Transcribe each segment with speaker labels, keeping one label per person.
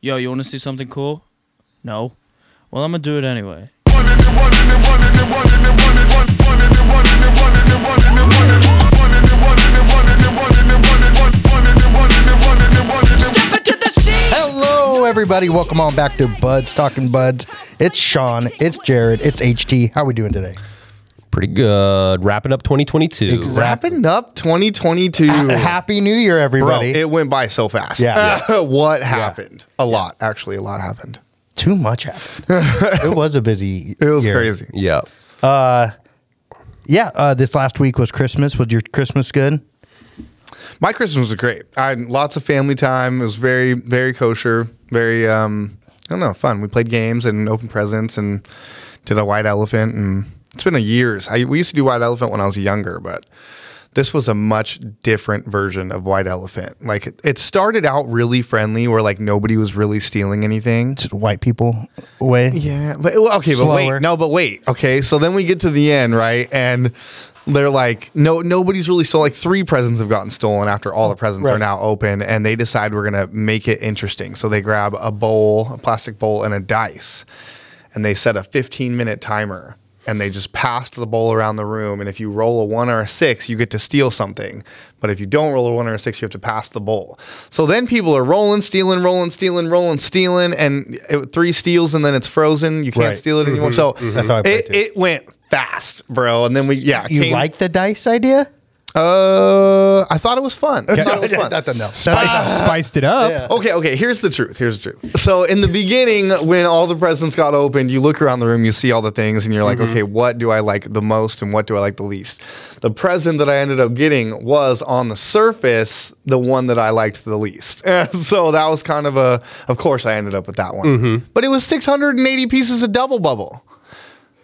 Speaker 1: yo, you want to see something cool? No. Well, I'm gonna do it anyway.
Speaker 2: Hello, everybody. Welcome on back to Buds Talking Buds. It's Sean. It's Jared. It's HT. How we doing today?
Speaker 3: Pretty good. Wrapping up 2022.
Speaker 4: Wrapping up 2022.
Speaker 2: Happy New Year,
Speaker 4: Bro,
Speaker 2: everybody.
Speaker 4: it went by so fast.
Speaker 2: Yeah.
Speaker 4: what happened? A lot, actually. A lot happened.
Speaker 2: Too much happened. it was a busy.
Speaker 4: It was
Speaker 2: year.
Speaker 4: crazy.
Speaker 3: Yeah.
Speaker 2: Yeah. Uh, this last week was Christmas. Was your Christmas good?
Speaker 4: My Christmas was great. I had lots of family time. It was very, very kosher. Very, um, I don't know, fun. We played games and opened presents and did a white elephant. And it's been a years. I, we used to do white elephant when I was younger, but this was a much different version of white elephant. Like it, it started out really friendly, where like nobody was really stealing anything.
Speaker 2: Just white people way.
Speaker 4: Yeah, but well, okay, but
Speaker 2: Slower.
Speaker 4: wait, no, but wait, okay. So then we get to the end, right? And they're like, no, nobody's really stolen. Like three presents have gotten stolen after all the presents are
Speaker 2: Right.
Speaker 4: now open, and they decide we're gonna make it interesting. So they grab a bowl, a plastic bowl, and a dice, and they set a 15 minute timer. And they just passed the bowl around the room. And if you roll a one or a six, you get to steal something. But if you don't roll a one or a six, you have to pass the bowl. So then people are rolling, stealing, rolling, stealing, rolling, stealing, and it, three steals, and then it's frozen. You can't
Speaker 2: Right.
Speaker 4: steal it anymore. So
Speaker 2: Mm-hmm. That's how I play
Speaker 4: it,
Speaker 2: too.
Speaker 4: it went fast, bro. And then we, yeah.
Speaker 2: You
Speaker 4: came-
Speaker 2: like the dice idea?
Speaker 4: Uh, I thought it was fun. I thought it was fun.
Speaker 2: That's a no.
Speaker 5: spiced it up.
Speaker 4: Okay, okay. Here's the truth. Here's the truth. So in the beginning, when all the presents got opened, you look around the room, you see all the things, and you're like,
Speaker 2: Mm-hmm.
Speaker 4: okay, what do I like the most and what do I like the least? The present that I ended up getting was on the surface the one that I liked the least. And so that was kind of a. Of course, I ended up with that one.
Speaker 2: Mm-hmm.
Speaker 4: But it was 680 pieces of double bubble.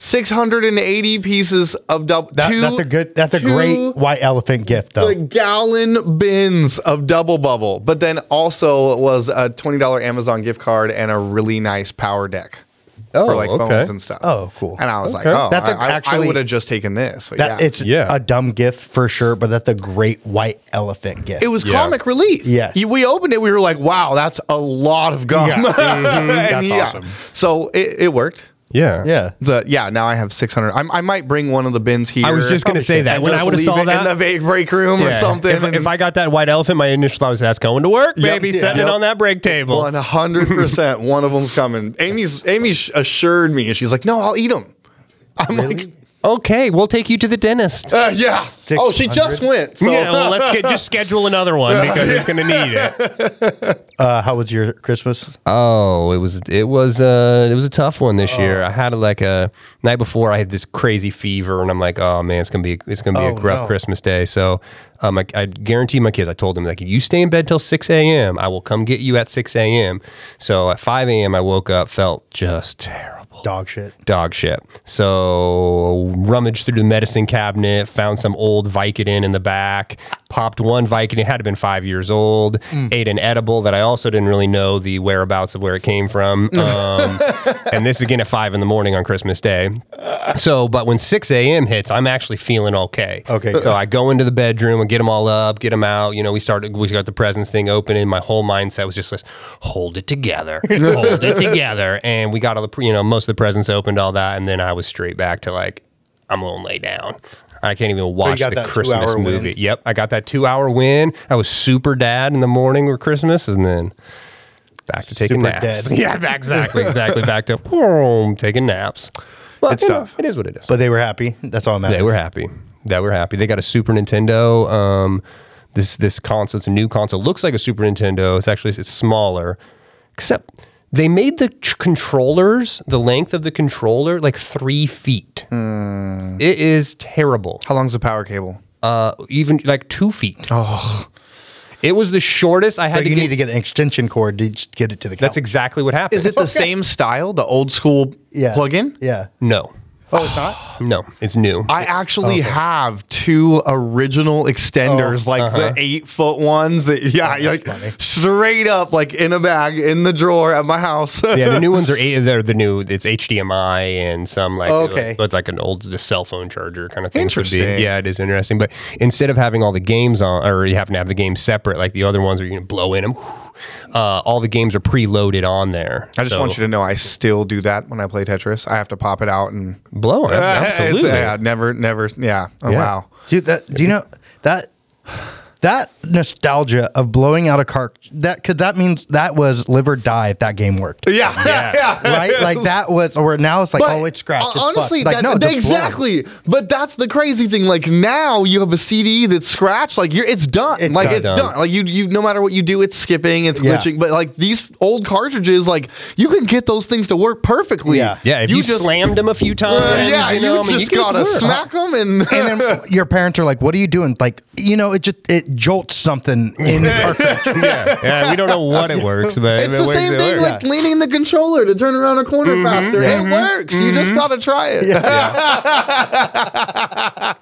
Speaker 4: 680 pieces of double.
Speaker 2: That- that's a good. That's a great white elephant gift, though.
Speaker 4: the gallon bins of double bubble but then also it was a $20 amazon gift card and a really nice power deck
Speaker 3: Oh,
Speaker 4: for like
Speaker 3: okay.
Speaker 4: phones and stuff
Speaker 2: Oh, cool.
Speaker 4: and i was like
Speaker 3: Okay.
Speaker 4: oh
Speaker 2: That's
Speaker 4: that's
Speaker 2: a- actually-
Speaker 4: i would have just taken this but
Speaker 2: that
Speaker 4: yeah.
Speaker 2: it's
Speaker 3: Yeah.
Speaker 2: a dumb gift for sure, but that's a great white elephant gift.
Speaker 4: it was
Speaker 3: Yeah.
Speaker 4: comic relief.
Speaker 2: Yes.
Speaker 4: You- We opened it. We were like, wow, that's a lot of gum.
Speaker 2: Yeah.
Speaker 4: And
Speaker 2: That's
Speaker 4: yeah.
Speaker 2: awesome.
Speaker 4: So it, it worked.
Speaker 3: Yeah.
Speaker 2: yeah.
Speaker 4: The, yeah, now I have 600. I'm, I might bring one of the bins here.
Speaker 5: I was just gonna say that.
Speaker 4: and
Speaker 5: When
Speaker 4: just
Speaker 5: I would've
Speaker 4: leave
Speaker 5: saw
Speaker 4: it
Speaker 5: that-
Speaker 4: in the vague break room or
Speaker 5: Yeah.
Speaker 4: something.
Speaker 3: If,
Speaker 4: and-
Speaker 3: if I got that white elephant, my initial thought was that's going to work,
Speaker 4: Yep.
Speaker 3: baby.
Speaker 4: Yeah.
Speaker 3: Setting
Speaker 4: Yep.
Speaker 3: it on that break table.
Speaker 4: One hundred percent. One of them's coming. Amy's Amy sh- assured me, and she's like, "No, I'll eat them." I'm like,
Speaker 3: Okay, we'll take you to the dentist.
Speaker 4: uh, "Yeah." Oh, she just went. So
Speaker 3: yeah, well, let's get, just schedule another one because it's going to need it.
Speaker 2: Uh, how was your Christmas?
Speaker 3: Oh, it was it was uh it was a tough one this
Speaker 2: Oh.
Speaker 3: year. I had like a night before I had this crazy fever, and I'm like, oh man, it's gonna be it's gonna be
Speaker 2: Oh,
Speaker 3: a rough
Speaker 2: no.
Speaker 3: Christmas day. So, um, I, I guarantee my kids. I told them like, if you stay in bed till 6 a.m., I will come get you at 6 a.m. So at 5 a.m., I woke up, felt just terrible
Speaker 2: Dog shit.
Speaker 3: dog shit. So rummaged through the medicine cabinet, found some old Vicodin in the back, popped one Vicodin, it had to have been five years old, ate an edible that I also didn't really know the whereabouts of where it came from. Um, and this is again at five in the morning on Christmas Day. So, but when 6 a.m. hits, I'm actually feeling okay.
Speaker 2: Okay,
Speaker 3: So I go into the bedroom and get them all up, get them out. You know, we started, we got the presents thing open, and my whole mindset was just this hold it together, hold it together. And we got all the, pre- you know, most of the presents opened, all that. And then I was straight back to like, I'm going to lay down. I can't even watch
Speaker 2: got
Speaker 3: the
Speaker 2: that
Speaker 3: Christmas
Speaker 2: two-hour win.
Speaker 3: movie. Yep. I got that two hour win. I was super dad in the morning with Christmas, and then back to taking
Speaker 2: Super
Speaker 3: naps.
Speaker 2: dad.
Speaker 3: Yeah, back, exactly, exactly. Back to boom, taking naps. But,
Speaker 4: It's
Speaker 3: you know,
Speaker 4: tough.
Speaker 3: it is what it is.
Speaker 2: But they were happy. That's all that matters.
Speaker 3: They were happy. They were happy. They got a Super Nintendo. Um, this this console. It's a new console. Looks like a Super Nintendo. It's actually it's smaller, except they made the tr- controllers the length of the controller like three feet. It is terrible.
Speaker 4: how long's the power cable?
Speaker 3: Uh, even like two feet. Oh, it was the shortest I
Speaker 2: so
Speaker 3: had to
Speaker 2: you
Speaker 3: get.
Speaker 2: need to get an extension cord to just get it to the.
Speaker 3: That's
Speaker 2: couch.
Speaker 3: exactly what happened.
Speaker 4: Is it the same style, the old school
Speaker 2: yeah.
Speaker 4: plug-in?
Speaker 2: Yeah.
Speaker 3: No,
Speaker 4: Oh, it's not.
Speaker 3: no, it's new.
Speaker 4: I actually have two original extenders, like the eight foot ones. That, yeah, like
Speaker 2: funny.
Speaker 4: straight up, like in a bag in the drawer at my house.
Speaker 3: yeah, the new ones are eight, they're the new. It's HDMI and some like
Speaker 2: Okay.
Speaker 3: but like an old the cell phone charger kind of thing. could be.
Speaker 4: Oh, Interesting.
Speaker 3: Yeah, it is interesting. But instead of having all the games on, or you having to have the games separate, like the other ones where you can blow in them, uh, all the games are preloaded on there.
Speaker 4: I just want you to know I still do that when I play Tetris. I have to pop it out and
Speaker 3: blow it.
Speaker 4: Uh, It's-
Speaker 3: Absolutely.
Speaker 4: yeah, never, never. Yeah. Oh,
Speaker 3: Yeah.
Speaker 4: wow.
Speaker 2: Dude, that do you know that that nostalgia of blowing out a car that could that means that was live or die if that game worked.
Speaker 4: Yeah. yeah.
Speaker 2: Right? Like that was or now it's like oh it's scratched.
Speaker 4: hon-
Speaker 2: it's fucked.
Speaker 4: Honestly,
Speaker 2: Like,
Speaker 4: that,
Speaker 2: no,
Speaker 4: that-
Speaker 2: just blow.
Speaker 4: exactly. But that's the crazy thing. Like now, you have a CD that's scratched. Like you're, it's done. like
Speaker 3: done.
Speaker 4: it's done.
Speaker 3: Done.
Speaker 4: Like you, you, no matter what you do, it's skipping, it's
Speaker 2: Yeah.
Speaker 4: glitching. But like these old cartridges, like you can get those things to work perfectly.
Speaker 2: Yeah.
Speaker 3: Yeah, if you, slammed them a few times,
Speaker 4: Uh, yeah, you,
Speaker 3: know, I mean,
Speaker 4: just
Speaker 3: can
Speaker 4: gotta
Speaker 3: work.
Speaker 4: smack them and.
Speaker 2: And then your parents are like, "What are you doing?" Like, you know, it just it jolts something in our
Speaker 3: yeah, yeah, we don't know what it works, but
Speaker 4: it's
Speaker 3: it
Speaker 4: the
Speaker 3: works,
Speaker 4: same
Speaker 3: it
Speaker 4: thing,
Speaker 3: works.
Speaker 4: like leaning the controller to turn around a corner faster. It works. You just gotta try it.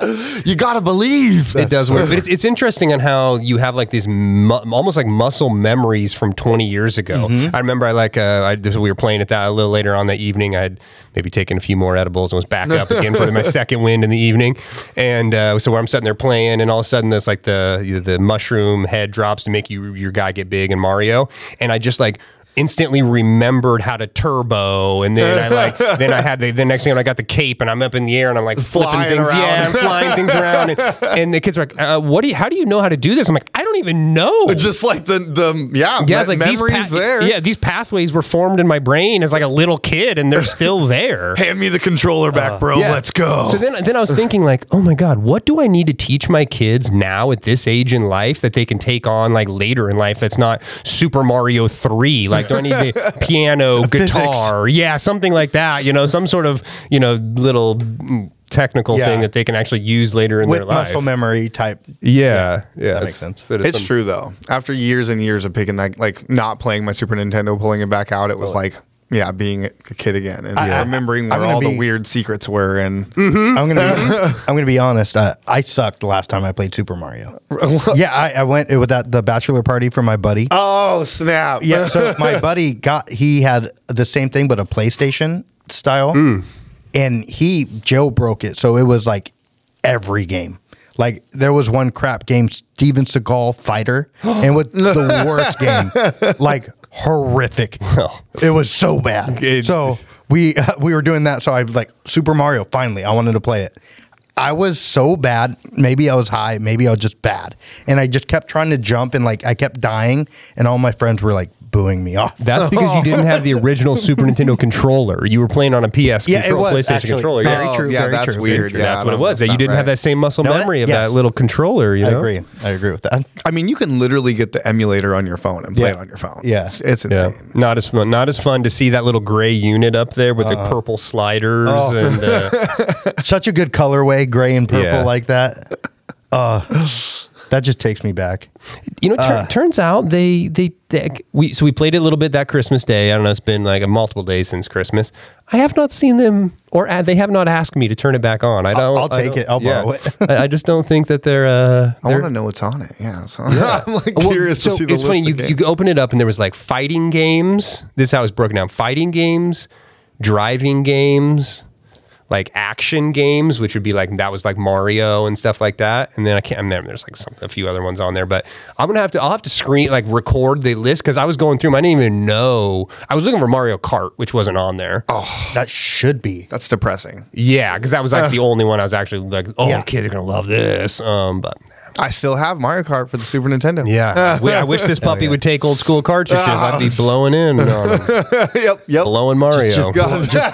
Speaker 4: you gotta believe.
Speaker 3: it does work. But it's, it's interesting on how you have like these mu- almost like muscle memories from 20 years ago.
Speaker 4: Mm-hmm.
Speaker 3: I remember I like uh, I, this- we were playing at that a little later on that evening. I had maybe taken a few more edibles and was back up again for my second wind in the evening. And uh, so where I'm sitting there playing, and all of a sudden it's like the the mushroom head drops to make you your guy get big and Mario, and I just like instantly remembered how to turbo and then I like then I had the, the next thing I got the cape and I'm up in the air and I'm like flipping
Speaker 4: Flying
Speaker 3: things
Speaker 4: around.
Speaker 3: yeah I'm flying things around and, and the kids were like uh, what do you how do you know how to do this I'm like I don't even know
Speaker 4: just like the the yeah,
Speaker 3: yeah,
Speaker 4: yeah
Speaker 3: it's like these
Speaker 4: memories
Speaker 3: pa-
Speaker 4: there.
Speaker 3: yeah these pathways were formed in my brain as like a little kid and they're still there
Speaker 4: Hand me the controller back, bro.
Speaker 3: Yeah.
Speaker 4: Let's go.
Speaker 3: So then, then I was thinking, like, oh my god, what do I need to teach my kids now at this age in life that they can take on like later in life? That's not Super Mario Three. Like, do I need the piano, guitar, yeah, something like that? You know, some sort of you know little mm, technical
Speaker 2: Yeah.
Speaker 3: thing that they can actually use later in
Speaker 2: with
Speaker 3: their life.
Speaker 2: muscle memory type.
Speaker 3: yeah, yeah,
Speaker 2: that
Speaker 3: it's-
Speaker 2: makes sense.
Speaker 3: so
Speaker 4: it's
Speaker 3: some-
Speaker 4: true though. After years and years of picking that, like not playing my Super Nintendo, pulling it back out, it was like. Yeah, being a kid again and
Speaker 2: I-
Speaker 4: remembering
Speaker 2: I'm
Speaker 4: where
Speaker 2: gonna
Speaker 4: all
Speaker 2: be-
Speaker 4: the weird secrets were, and
Speaker 2: I'm gonna be, I'm gonna be honest. Uh, I sucked the last time I played Super Mario. yeah, I, I went. It was at the bachelor party for my buddy.
Speaker 4: oh snap!
Speaker 2: Yeah, so my buddy got he had the same thing but a PlayStation style, and he jailbroke it. So it was like every game. Like there was one crap game, Steven Seagal Fighter, and with the worst game, like horrific. It was so bad.
Speaker 3: It-
Speaker 2: so we we were doing that. So I was like Super Mario. Finally, I wanted to play it. I was so bad. Maybe I was high. Maybe I was just bad. And I just kept trying to jump and like I kept dying. And all my friends were like booing me off.
Speaker 3: That's because you didn't have the original Super Nintendo controller. You were playing on a PS
Speaker 2: Yeah, it
Speaker 3: control,
Speaker 2: was,
Speaker 3: PlayStation
Speaker 2: actually.
Speaker 3: controller.
Speaker 2: Very
Speaker 4: Oh,
Speaker 2: true,
Speaker 4: yeah,
Speaker 2: very
Speaker 4: that's
Speaker 2: true.
Speaker 4: weird. Yeah,
Speaker 3: that's what it
Speaker 4: no,
Speaker 3: was. That
Speaker 4: that's
Speaker 3: you
Speaker 4: not
Speaker 3: didn't have
Speaker 4: right.
Speaker 3: that same muscle
Speaker 2: No, that-
Speaker 3: memory of
Speaker 2: yes.
Speaker 3: that little controller. You
Speaker 2: I
Speaker 3: know?
Speaker 2: agree. I agree with that.
Speaker 4: I mean, you can literally get the emulator on your phone and play
Speaker 2: Yeah.
Speaker 4: it on your phone.
Speaker 2: Yeah.
Speaker 4: it's, it's
Speaker 3: Yeah,
Speaker 4: insane.
Speaker 3: not as fun. Not as fun to see that little gray unit up there with
Speaker 4: Uh,
Speaker 3: the purple sliders
Speaker 2: oh.
Speaker 3: and uh,
Speaker 2: Such a good colorway, gray and purple
Speaker 3: Yeah.
Speaker 2: like that. Uh, that just takes me back.
Speaker 3: you know. Tur-
Speaker 2: Uh.
Speaker 3: turns out they, they they we so we played it a little bit that Christmas day. I don't know. It's been like a multiple days since Christmas. I have not seen them or uh, they have not asked me to turn it back on. I don't.
Speaker 2: I'll
Speaker 3: I
Speaker 2: take
Speaker 3: don't-
Speaker 2: it. I'll borrow it.
Speaker 3: I, I just don't think that they're. Uh,
Speaker 4: I want to know what's on it. Yeah, so I'm like
Speaker 3: Well,
Speaker 4: curious to see the
Speaker 3: it's
Speaker 4: list
Speaker 3: funny.
Speaker 4: of
Speaker 3: You,
Speaker 4: games.
Speaker 3: you open it up and there was like fighting games. This is how it's broken down: fighting games, driving games, like action games, which would be like that was like Mario and stuff like that. And then I can't remember. There's like some, a few other ones on there, but I'm gonna have to. I'll have to screen like record the list because I was going through. 'em. I didn't even know. I was looking for Mario Kart, which wasn't on there. Oh
Speaker 2: That should be.
Speaker 4: That's depressing.
Speaker 3: yeah, because that was like the only one I was actually like, oh,
Speaker 2: Yeah.
Speaker 3: kids are gonna love this. Um, but
Speaker 4: I still have Mario Kart for the Super Nintendo.
Speaker 3: Yeah, I, I wish this puppy would take old school cartridges. I'd be blowing in on 'em.
Speaker 4: yep, yep.
Speaker 3: blowing Mario,
Speaker 4: Just got-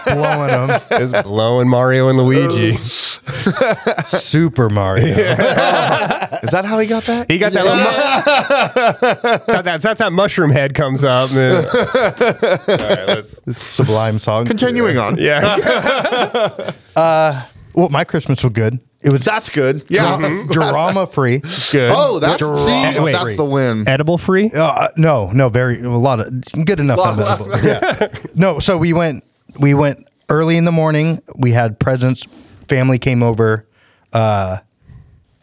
Speaker 2: Blowing them.
Speaker 3: Just blowing Mario and Luigi.
Speaker 2: Super Mario.
Speaker 4: Is that how he got that?
Speaker 3: He got that. Little mu- that's, how that that's how that mushroom head comes up. man. All right, let's-
Speaker 2: Sublime song.
Speaker 4: Continuing on.
Speaker 3: yeah,
Speaker 2: Well, my Christmas was good. It was
Speaker 4: That's good. Yeah.
Speaker 2: drama free.
Speaker 3: good.
Speaker 4: Oh, that's see,
Speaker 3: Mm-hmm. Eh, Wait.
Speaker 4: that's the win.
Speaker 3: edible free.
Speaker 2: Uh, no, no, very a lot of good enough.
Speaker 4: Well,
Speaker 2: on that. yeah. No, so we went we went early in the morning. We had presents. Family came over. Uh,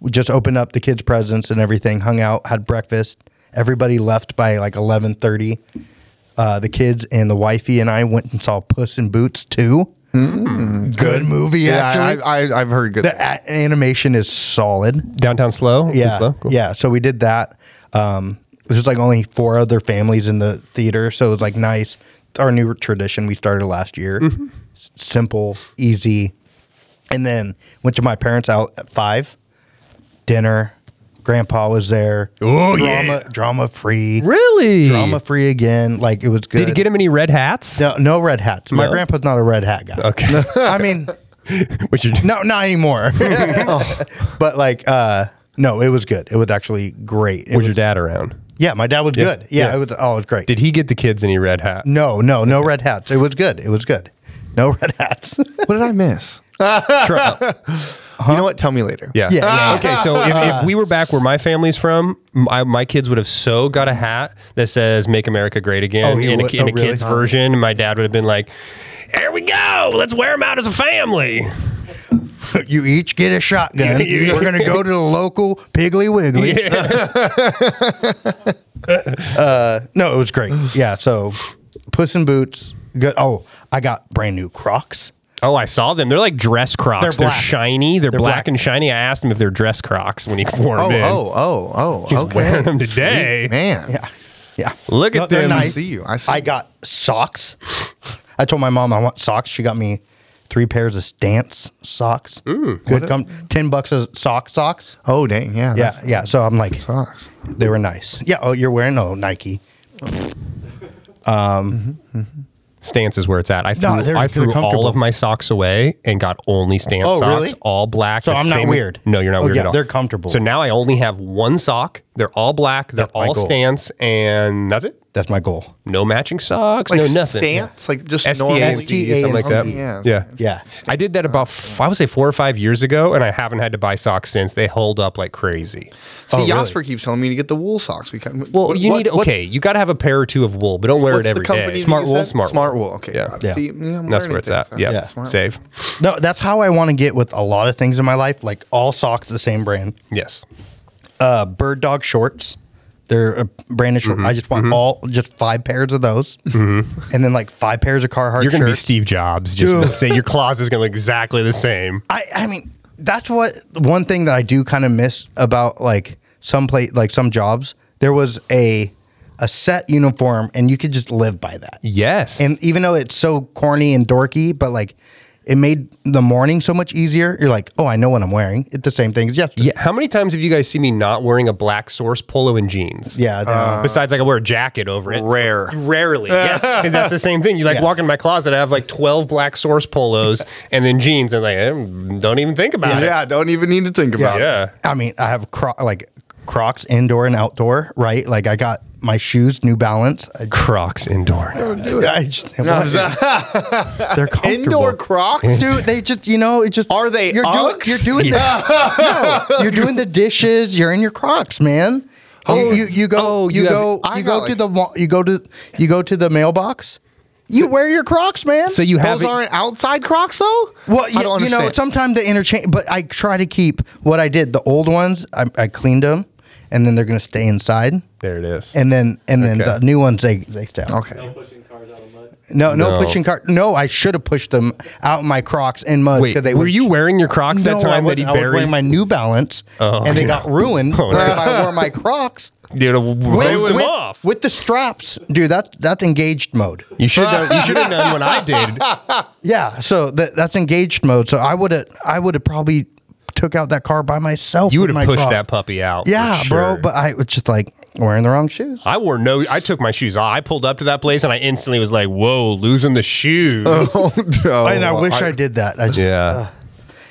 Speaker 2: we just opened up the kids' presents and everything. Hung out, had breakfast. Everybody left by like eleven thirty. Uh, the kids and the wifey and I went and saw Puss in Boots too. Good movie,
Speaker 4: Hmm. Yeah, I,
Speaker 2: actually.
Speaker 4: I, I've heard good.
Speaker 2: the a- animation is solid.
Speaker 3: Downtown slow.
Speaker 2: Yeah,
Speaker 3: Slow? Cool.
Speaker 2: yeah. So we did that. Um, there's like only four other families in the theater, so it was like nice. Our new tradition we started last year,
Speaker 3: Mm-hmm.
Speaker 2: S- simple, easy, and then went to my parents' out at five. Dinner, grandpa was there. Oh drama, drama free,
Speaker 3: Really?
Speaker 2: drama free again. Like it was good.
Speaker 3: Did you get him any red hats?
Speaker 2: No, no red hats. My
Speaker 3: No?
Speaker 2: grandpa's not a red hat guy.
Speaker 3: Okay.
Speaker 2: I mean,
Speaker 3: Which you
Speaker 2: no, not anymore.
Speaker 3: Oh.
Speaker 2: But like, uh, no, it was good. It was actually great. It
Speaker 3: was
Speaker 2: was,
Speaker 3: your dad around?
Speaker 2: yeah, my dad was
Speaker 3: Yeah,
Speaker 2: good. Yeah,
Speaker 3: yeah.
Speaker 2: it was. Oh, it was great.
Speaker 3: Did he get the kids any red hat?
Speaker 2: no, no, no red hats. It was good. It was good. No red hats.
Speaker 4: What did I miss? You know what? Tell me later.
Speaker 3: Yeah.
Speaker 2: Yeah, yeah. Uh-huh.
Speaker 3: Okay. So if, if we were back where my family's from, my, my kids would have so got a hat that says "Make America Great
Speaker 2: Oh,
Speaker 3: Again"
Speaker 2: he
Speaker 3: in a,
Speaker 2: would-
Speaker 3: ki- in
Speaker 2: oh,
Speaker 3: a
Speaker 2: really?
Speaker 3: kid's version. My dad would have been like, "Here we go. Let's wear them out as a family."
Speaker 2: you each get a shotgun.
Speaker 3: Yeah, you-
Speaker 2: We're gonna go to the local Piggly Wiggly. uh, no, it was great. Yeah. So, Puss in Boots. Good. Oh, I got brand new Crocs.
Speaker 3: Oh, I saw them. They're like dress Crocs.
Speaker 2: They're
Speaker 3: They're,
Speaker 2: black.
Speaker 3: shiny. They're,
Speaker 2: They're
Speaker 3: black,
Speaker 2: black.
Speaker 3: and shiny. I asked him if they're dress Crocs when he wore them.
Speaker 4: Oh,
Speaker 3: in.
Speaker 4: oh, oh, oh. Okay.
Speaker 3: wearing them
Speaker 4: Sweet,
Speaker 3: today.
Speaker 4: man.
Speaker 2: Yeah. Yeah.
Speaker 3: Look at
Speaker 2: they're
Speaker 3: them.
Speaker 4: I see you. I see.
Speaker 2: I
Speaker 4: you.
Speaker 2: got socks. I told my mom I want socks. She got me three pairs of Stance socks. Ooh, good. Com- Ten bucks a sock socks.
Speaker 4: Oh, dang.
Speaker 2: Yeah,
Speaker 4: Yeah. that's-
Speaker 2: yeah. So I'm like,
Speaker 4: Socks.
Speaker 2: they were nice. Yeah. Oh, you're wearing no Nike.
Speaker 3: Stance is where it's at. I threw,
Speaker 2: No, they're-
Speaker 3: I
Speaker 2: they're
Speaker 3: threw all
Speaker 2: comfortable.
Speaker 3: of my socks away and got only Stance
Speaker 2: Oh,
Speaker 3: socks,
Speaker 2: really?
Speaker 3: all black.
Speaker 2: So
Speaker 3: the
Speaker 2: I'm not
Speaker 3: same-
Speaker 2: weird.
Speaker 3: No, you're not
Speaker 2: Oh,
Speaker 3: weird
Speaker 2: yeah,
Speaker 3: at all.
Speaker 2: they're comfortable.
Speaker 3: So now I only have one sock. They're all black. They're
Speaker 2: my
Speaker 3: all
Speaker 2: goal.
Speaker 3: Stance, and that's it.
Speaker 2: That's my goal.
Speaker 3: No matching socks.
Speaker 4: Like
Speaker 3: no nothing.
Speaker 4: stance? Like just
Speaker 3: STA,
Speaker 4: normal.
Speaker 2: STA,
Speaker 3: E, something like that.
Speaker 4: yeah.
Speaker 3: yeah.
Speaker 2: Yeah.
Speaker 3: I did that about f- I would say four or five years ago, and I haven't had to buy socks since. They hold up like crazy.
Speaker 4: See,
Speaker 2: really?
Speaker 4: Jasper keeps telling me to get the wool socks. We can,
Speaker 3: Oh, Well, you
Speaker 4: what-
Speaker 3: need
Speaker 4: what's-
Speaker 3: okay. You got to have a pair or two of wool, but don't wear
Speaker 4: What's
Speaker 3: it every
Speaker 4: the company
Speaker 3: day.
Speaker 4: that you said?
Speaker 3: Smart,
Speaker 4: Smart wool. Okay.
Speaker 3: Yeah.
Speaker 2: Yeah.
Speaker 4: See, yeah, I'm
Speaker 3: That's
Speaker 4: learning
Speaker 3: where it's
Speaker 4: things.
Speaker 3: at. Yeah.
Speaker 2: Yeah.
Speaker 4: Smart.
Speaker 3: Save.
Speaker 2: No, that's how I want to get with a lot of things in my life. Like all socks, the same brand.
Speaker 3: Yes.
Speaker 2: Uh, bird dog shorts. They're a brand of shorts.
Speaker 3: Mm-hmm.
Speaker 2: I just want all just five pairs of those, and then like five pairs of Carhartt
Speaker 3: You're gonna be
Speaker 2: shirts.
Speaker 3: Steve Jobs. Just
Speaker 2: Dude.
Speaker 3: to say your closet's gonna look exactly the same.
Speaker 2: I I mean that's what one thing that I do kind of miss about like some play like some jobs. There was a a set uniform and you could just live by that.
Speaker 3: Yes.
Speaker 2: And even though it's so corny and dorky, but like it made the morning so much easier. You're like, oh, I know what I'm wearing. It's the same thing as yesterday.
Speaker 3: yeah. How many times have you guys seen me not wearing a black source polo and jeans?
Speaker 2: Yeah, I know.
Speaker 3: Besides, like I wear a jacket over it.
Speaker 4: Rare.
Speaker 3: Rarely. Yes. And that's the same thing. You like
Speaker 2: Yeah.
Speaker 3: walk in my closet, I have like 12 black source polos and then jeans. And like, eh, don't even think about it.
Speaker 4: Yeah. Don't even need to think about it.
Speaker 3: Yeah.
Speaker 2: I mean, I have cro- like Crocs indoor and outdoor, right? Like I got my shoes, New Balance. I,
Speaker 3: Crocs indoor.
Speaker 2: I just,
Speaker 4: No, I'm sorry.
Speaker 2: they're comfortable.
Speaker 4: Indoor Crocs.
Speaker 2: Dude, they just you know it just
Speaker 4: Are they
Speaker 2: you're doing,
Speaker 4: Uggs?
Speaker 2: you're doing the no, you're doing the dishes. You're in your Crocs, man. Oh, you, you, you go
Speaker 3: oh,
Speaker 2: you,
Speaker 3: you have-
Speaker 2: go
Speaker 4: I
Speaker 2: you
Speaker 4: got
Speaker 2: go to the wa- you go to you go to the mailbox. You wear your Crocs, man.
Speaker 3: So you have
Speaker 4: Those aren't outside Crocs though.
Speaker 2: well,
Speaker 4: I
Speaker 2: you,
Speaker 4: don't
Speaker 2: you know,
Speaker 4: understand.
Speaker 2: sometimes they interchange, but I try to keep what I did. The old ones, I, I cleaned them, and then they're gonna stay inside,
Speaker 3: There it is.
Speaker 2: and then and then
Speaker 3: Okay.
Speaker 2: the new ones they they stay. out.
Speaker 4: Okay.
Speaker 6: pushing cars out of mud.
Speaker 2: No, no,
Speaker 3: No.
Speaker 2: pushing cart. No, I should have pushed them out in my Crocs in mud.
Speaker 3: Wait,
Speaker 2: 'cause they
Speaker 3: were
Speaker 2: would-
Speaker 3: you wearing your Crocs that
Speaker 2: I
Speaker 3: time that he
Speaker 2: wasn't. I was
Speaker 3: buried?
Speaker 2: wearing my New Balance,
Speaker 3: Oh.
Speaker 2: and they got ruined.
Speaker 3: Oh, no.
Speaker 2: If I wore my Crocs,
Speaker 3: Dude,
Speaker 2: with,
Speaker 3: rose them
Speaker 2: with-
Speaker 3: off.
Speaker 2: with the straps, dude. That that's engaged mode.
Speaker 3: You should have done, you should have done what I did.
Speaker 2: Yeah, so that that's engaged mode. So I would have I would have probably took out that car by myself.
Speaker 3: You
Speaker 2: with
Speaker 3: would
Speaker 2: my
Speaker 3: have pushed
Speaker 2: Croc.
Speaker 3: that puppy out. for
Speaker 2: Yeah, bro.
Speaker 3: sure.
Speaker 2: But I was just like wearing the wrong shoes.
Speaker 3: I wore no. I took my shoes off. I pulled up to that place and I instantly was like, "Whoa, losing the shoes."
Speaker 4: Oh, no.
Speaker 2: and I wish I, did that. I just,
Speaker 3: yeah.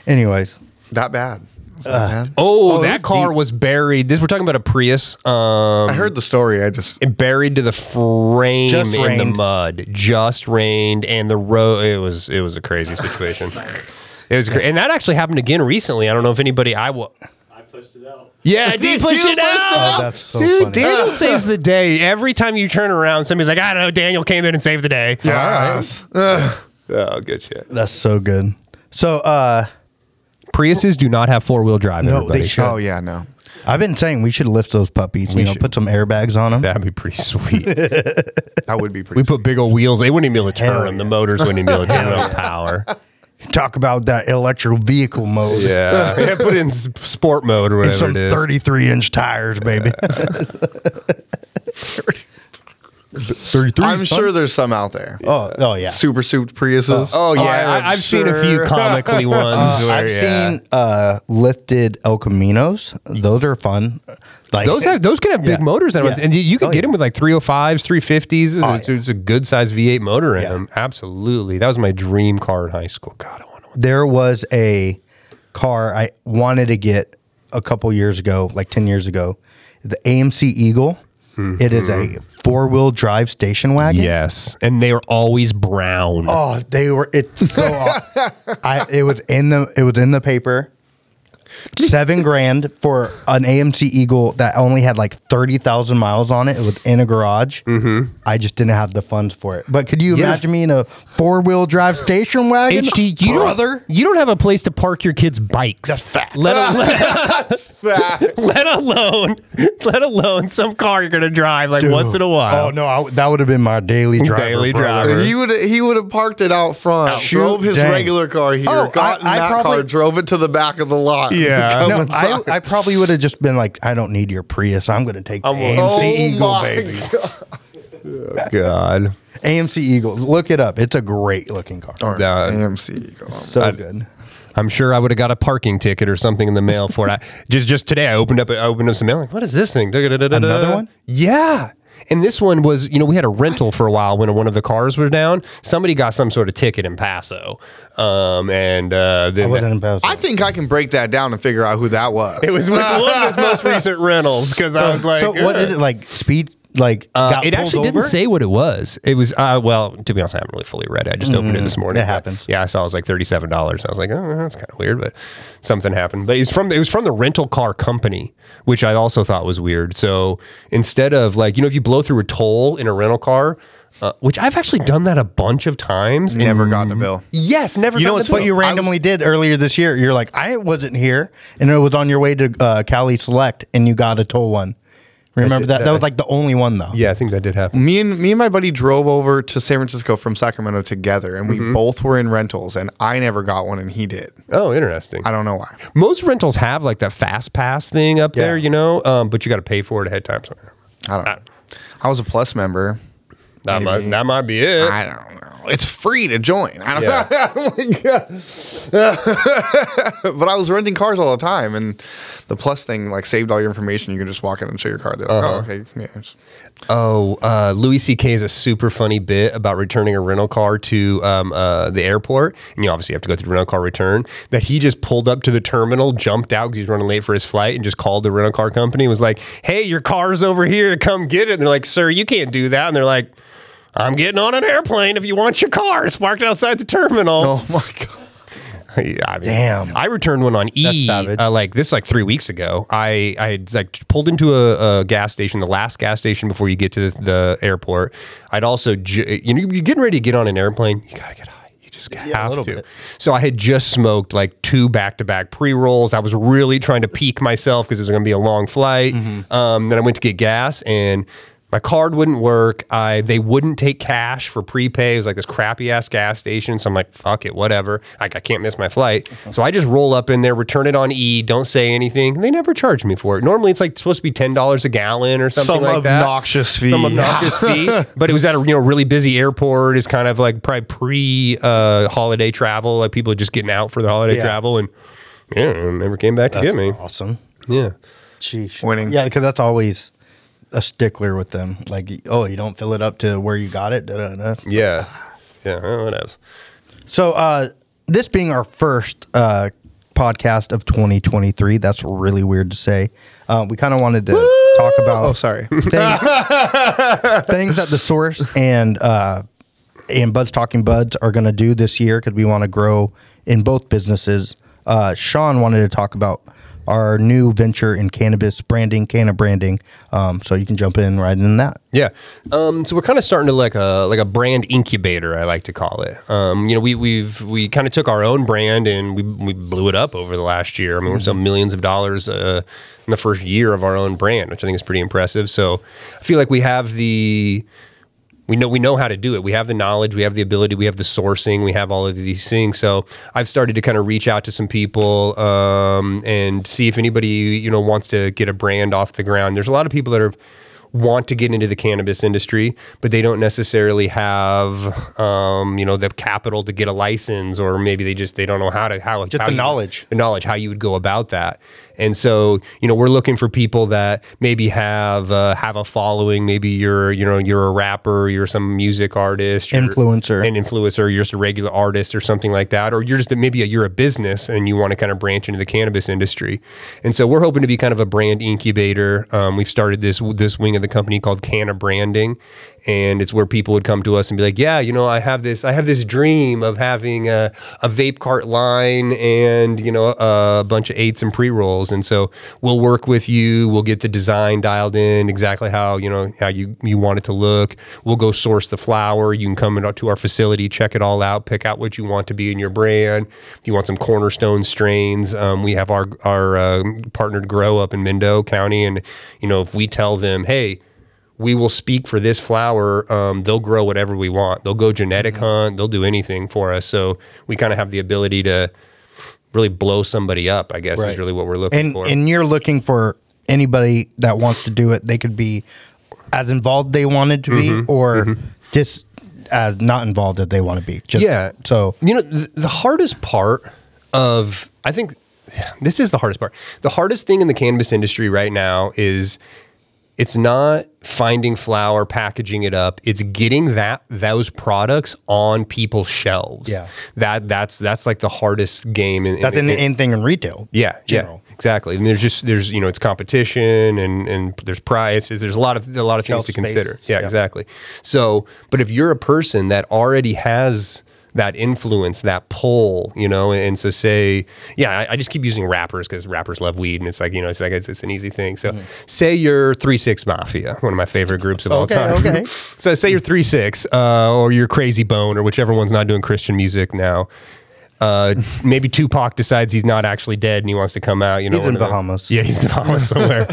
Speaker 2: Anyways,
Speaker 4: That bad. It's not bad.
Speaker 3: Oh, that car was buried. This we're talking about a Prius. Um,
Speaker 4: I heard the story. I just
Speaker 3: it buried to the frame
Speaker 2: Just
Speaker 3: in the
Speaker 2: rained.
Speaker 3: mud. Just rained, and the road. It was it was a crazy situation. it was, cra- and that actually happened again recently. I don't know if anybody. I wa-
Speaker 6: I pushed it out.
Speaker 3: Yeah, D pushed
Speaker 4: you
Speaker 3: it out.
Speaker 2: that's so
Speaker 3: Dude,
Speaker 2: funny.
Speaker 3: Daniel saves the day. Every time you turn around, somebody's like, I don't know, Daniel came in and saved the day.
Speaker 4: yes. Ugh.
Speaker 3: Oh, good shit.
Speaker 2: that's so good. So uh,
Speaker 3: Priuses do not have four wheel drive.
Speaker 2: No, they
Speaker 3: everybody.
Speaker 2: should.
Speaker 4: Oh yeah, no.
Speaker 2: I've been saying we should lift those puppies. you know,
Speaker 3: should.
Speaker 2: put some airbags on them.
Speaker 3: That'd be pretty sweet.
Speaker 4: That would be pretty.
Speaker 3: We put big old wheels. They wouldn't even be able to turn
Speaker 2: Hell
Speaker 3: them. The
Speaker 2: yeah.
Speaker 3: motors wouldn't even be able to turn them power.
Speaker 2: Talk about that electric vehicle mode.
Speaker 3: Yeah. yeah. Put it in s- sport mode or
Speaker 2: And
Speaker 3: whatever
Speaker 2: some
Speaker 3: it is.
Speaker 2: 33 inch tires, baby. 33.
Speaker 4: I'm
Speaker 2: son.
Speaker 4: sure there's some out there.
Speaker 2: Oh, oh yeah.
Speaker 4: Super souped Priuses.
Speaker 3: Oh yeah,
Speaker 4: I'm
Speaker 3: I, I've seen a few
Speaker 4: sure.
Speaker 3: comically ones. where,
Speaker 2: I've
Speaker 3: yeah.
Speaker 2: seen uh, lifted El Caminos. Those are fun. Like
Speaker 3: Those have those can have big
Speaker 2: Yeah.
Speaker 3: motors, in 'em.
Speaker 2: Yeah.
Speaker 3: and you, you can
Speaker 2: Oh,
Speaker 3: get
Speaker 2: yeah.
Speaker 3: them with like 305s, 350s. It's,
Speaker 2: Oh,
Speaker 3: it's- it's a good sized V8 motor in
Speaker 2: Yeah.
Speaker 3: them. Absolutely, that was my dream car in high school. God, I want one.
Speaker 2: there was a car I wanted to get a couple years ago, like 10 years ago, the AMC Eagle. It is
Speaker 3: Mm-hmm.
Speaker 2: a four wheel drive station wagon.
Speaker 3: Yes, and they are always brown.
Speaker 2: Oh, they were it's so aw- I it was in the it was in the paper. Seven grand for an AMC Eagle that only had like thirty thousand miles on it. It was in a garage. Mm-hmm. I just didn't have the funds for it. But could you imagine me in a four wheel drive station wagon?
Speaker 3: HD, you
Speaker 2: brother.
Speaker 3: don't, you don't have a place to park your kids' bikes. That's fact. Let, al- let alone, let alone some car you're gonna drive like once in a while.
Speaker 2: Oh no, I, that would have been my daily driver.
Speaker 3: Daily
Speaker 2: brother.
Speaker 3: driver.
Speaker 4: He would he would have parked it out front,
Speaker 2: Shoot,
Speaker 4: drove his
Speaker 2: dang.
Speaker 4: regular car here,
Speaker 2: Oh,
Speaker 4: got
Speaker 2: I-
Speaker 4: in
Speaker 2: I
Speaker 4: that car,
Speaker 2: probably-
Speaker 4: drove it to the back of the lot.
Speaker 3: Yeah.
Speaker 4: Come
Speaker 2: No, I,
Speaker 4: inside.
Speaker 2: I probably would have just been like, I don't need your Prius. I'm going to take the AMC
Speaker 3: Oh
Speaker 2: Eagle, baby.
Speaker 4: Oh God.
Speaker 3: God,
Speaker 2: AMC Eagle. Look it up. It's a great looking car.
Speaker 4: Darn,
Speaker 3: Nah.
Speaker 4: AMC Eagle.
Speaker 2: So good.
Speaker 3: I'm sure I would have got a parking ticket or something in the mail for it. I, just just today, I opened up I opened up some mail. Like, what is this thing? Da-da-da-da-da.
Speaker 2: Another one?
Speaker 3: Yeah. And this one was, you know, we had a rental for a while when one of the cars was down. Somebody got some sort of ticket in Paso, um, and uh,
Speaker 2: I
Speaker 3: then
Speaker 2: wasn't impressed.
Speaker 4: I think I can break that down and figure out who that was.
Speaker 3: it was with one of his most recent rentals because I was like,
Speaker 2: so what did it like speed like
Speaker 3: Uh,
Speaker 2: got
Speaker 3: it
Speaker 2: pulled
Speaker 3: actually
Speaker 2: over?
Speaker 3: didn't say what it was. It was uh, well, to be honest, I haven't really fully read it. I just opened it this morning.
Speaker 2: that
Speaker 3: but
Speaker 2: Mm, happens.
Speaker 3: Yeah, I saw it was like thirty-seven dollars. I was like, oh, that's kind of weird, but something happened. But it was from it was from the rental car company, which I also thought was weird. So instead of like you know if you blow through a toll in a rental car, uh, which I've actually done that a bunch of times. and-
Speaker 4: Never gotten a bill.
Speaker 3: Yes, never.
Speaker 2: you know
Speaker 3: gotten
Speaker 2: it's
Speaker 3: a
Speaker 2: what
Speaker 3: bill.
Speaker 2: you randomly did earlier this year. You're like, I wasn't here, and it was on your way to uh, Cali Select, and you got a toll one. Remember
Speaker 3: did
Speaker 2: that? That
Speaker 3: that.
Speaker 2: was like the only one though.
Speaker 3: Yeah, I think that did happen.
Speaker 4: Me and me and my buddy drove over to San Francisco from Sacramento together, and we both were in rentals, and I never got one, and he did.
Speaker 3: Oh, interesting.
Speaker 4: I don't know why.
Speaker 3: Most rentals have like that fast pass thing up there, you know, um, but you got to pay for it ahead of time. So
Speaker 4: I don't. know. I was a plus member.
Speaker 3: that might,
Speaker 4: Maybe.
Speaker 3: that might be it.
Speaker 4: I don't know. It's free to join. I don't
Speaker 3: Yeah.
Speaker 4: oh my God. but I was renting cars all the time, and the plus thing like saved all your information. You can just walk in and show your car. They're like,
Speaker 3: Uh-huh.
Speaker 4: oh, okay. Yeah, it's-
Speaker 3: Oh, uh, Louis C.K. is a super funny bit about returning a rental car to um, uh, the airport, and you obviously have to go through rental car return. That he just pulled up to the terminal, jumped out because he's running late for his flight, and just called the rental car company. and Was like, "Hey, your car's over here. Come get it." And they're like, "Sir, you can't do that." And they're like, "I'm getting on an airplane. If you want your car, it's parked outside the terminal."
Speaker 4: oh my god.
Speaker 3: Yeah, I mean,
Speaker 2: Damn.
Speaker 3: I returned one on E
Speaker 2: savage.
Speaker 3: uh, like this like three weeks ago. I I had like pulled into a, a gas station, the last gas station before you get to the, the airport. I'd also ju- you know you're getting ready to get on an airplane, you gotta get high. You just have to.
Speaker 2: little bit.
Speaker 3: So I had just smoked like two back to back pre rolls. I was really trying to peak myself because it was going to be a long flight. Um, then I went to get gas and. My card wouldn't work. I they wouldn't take cash for prepay. It was like this crappy ass gas station. So I'm like, fuck it, whatever. Like I can't miss my flight. So I just roll up in there, return it on E, don't say anything. They never charge me for it. Normally it's like supposed to be ten dollars a gallon or something
Speaker 4: Some
Speaker 3: like that
Speaker 4: obnoxious fee.
Speaker 3: some obnoxious fee, but it was at a you know really busy airport. Is kind of like probably pre uh, holiday travel, like people are just getting out for their holiday
Speaker 2: Yeah.
Speaker 3: travel, and yeah, never came back to get me.
Speaker 2: Awesome.
Speaker 3: Yeah,
Speaker 2: Sheesh.
Speaker 4: Winning.
Speaker 2: Yeah, because that's always a stickler with them. Like, oh, you don't fill it up to where you got it. Da, da, da.
Speaker 3: yeah, yeah. well, What else?
Speaker 2: So, uh, this being our first uh, podcast of 2023, that's really weird to say. Uh, we kind of wanted to talk about.
Speaker 4: Oh, sorry.
Speaker 2: things, things that the source and uh, and Buds Talking Buds are going to do this year because we want to grow in both businesses. Uh, Sean wanted to talk about our new venture in cannabis branding, canna branding. Um, so you can jump in right in that.
Speaker 3: Yeah. Um, so we're kind of starting to like a like a brand incubator, I like to call it. Um, you know, we we've we kind of took our own brand and we we blew it up over the last year. I mean, we're
Speaker 2: Mm-hmm.
Speaker 3: selling millions of dollars uh, in the first year of our own brand, which I think is pretty impressive. So I feel like we have the we we know we know how to do it. We have the knowledge, we have the ability, we have the sourcing, we have all of these things. So I've started to kind of reach out to some people um, and see if anybody you know wants to get a brand off the ground. There's a lot of people that are want to get into the cannabis industry, but they don't necessarily have, um, you know, the capital to get a license, or maybe they just they don't know how to how
Speaker 2: Just
Speaker 3: how
Speaker 2: the
Speaker 3: you-
Speaker 2: knowledge.
Speaker 3: the knowledge how you would go about that. And so, you know, we're looking for people that maybe have uh, have a following. Maybe you're you know you're a rapper, you're some music artist, you're-
Speaker 2: Influencer.
Speaker 3: an influencer, you're just a regular artist or something like that, or you're just maybe a, you're a business and you want to kind of branch into the cannabis industry. And so we're hoping to be kind of a brand incubator. Um, we've started this this wing of the company called Canna Branding, and it's where people would come to us and be like, "Yeah, you know, I have this I have this dream of having a, a vape cart line and you know a bunch of eights and pre rolls." And so we'll work with you. We'll get the design dialed in exactly how you know how you you want it to look. We'll go source the flower. You can come in- uh, to our facility, check it all out, pick out what you want to be in your brand. If you want some cornerstone strains, um, we have our our um partnered grow up in Mendo County, and you know if we tell them, hey. We will speak for this flower. Um, they'll grow whatever we want. They'll go genetic
Speaker 2: Mm-hmm.
Speaker 3: hunt. They'll do anything for us. So we kind of have the ability to really blow somebody up. I guess is
Speaker 2: Right.
Speaker 3: really what we're looking
Speaker 2: and
Speaker 3: for.
Speaker 2: and you're looking for anybody that wants to do it. They could be as involved they wanted to be,
Speaker 3: Mm-hmm.
Speaker 2: or just as not involved that they want to be. Just,
Speaker 3: Yeah.
Speaker 2: So
Speaker 3: you know, the, the hardest part of, I think this is the hardest part. The hardest thing in the cannabis industry right now is it's not finding flour, packaging it up. It's getting that those products on people's shelves.
Speaker 2: Yeah.
Speaker 3: That that's that's like the hardest game in, in
Speaker 2: that's
Speaker 3: the-
Speaker 2: in,
Speaker 3: in-
Speaker 2: anything in retail.
Speaker 3: yeah,
Speaker 2: General.
Speaker 3: yeah, exactly. And there's just there's you know it's competition and and there's prices. There's a lot of a lot of
Speaker 2: Shelf
Speaker 3: things to
Speaker 2: space,
Speaker 3: consider. Yeah,
Speaker 2: yeah.
Speaker 3: exactly. So, but if you're a person that already has that influence, that pull, you know, and so say, yeah, I, I just keep using rappers because rappers love weed, and it's like you know, it's like it's, it's an easy thing. So,
Speaker 2: Mm-hmm.
Speaker 3: say you're Three Six Mafia, one of my favorite groups of all
Speaker 2: Okay,
Speaker 3: time.
Speaker 2: okay.
Speaker 3: so, say you're Three Six, uh, or you're Crazy Bone, or whichever one's not doing Christian music now uh, maybe Tupac decides he's not actually dead and he wants to come out. You know,
Speaker 2: He's in
Speaker 3: one of the-
Speaker 2: Bahamas.
Speaker 3: Yeah, he's in Bahamas somewhere.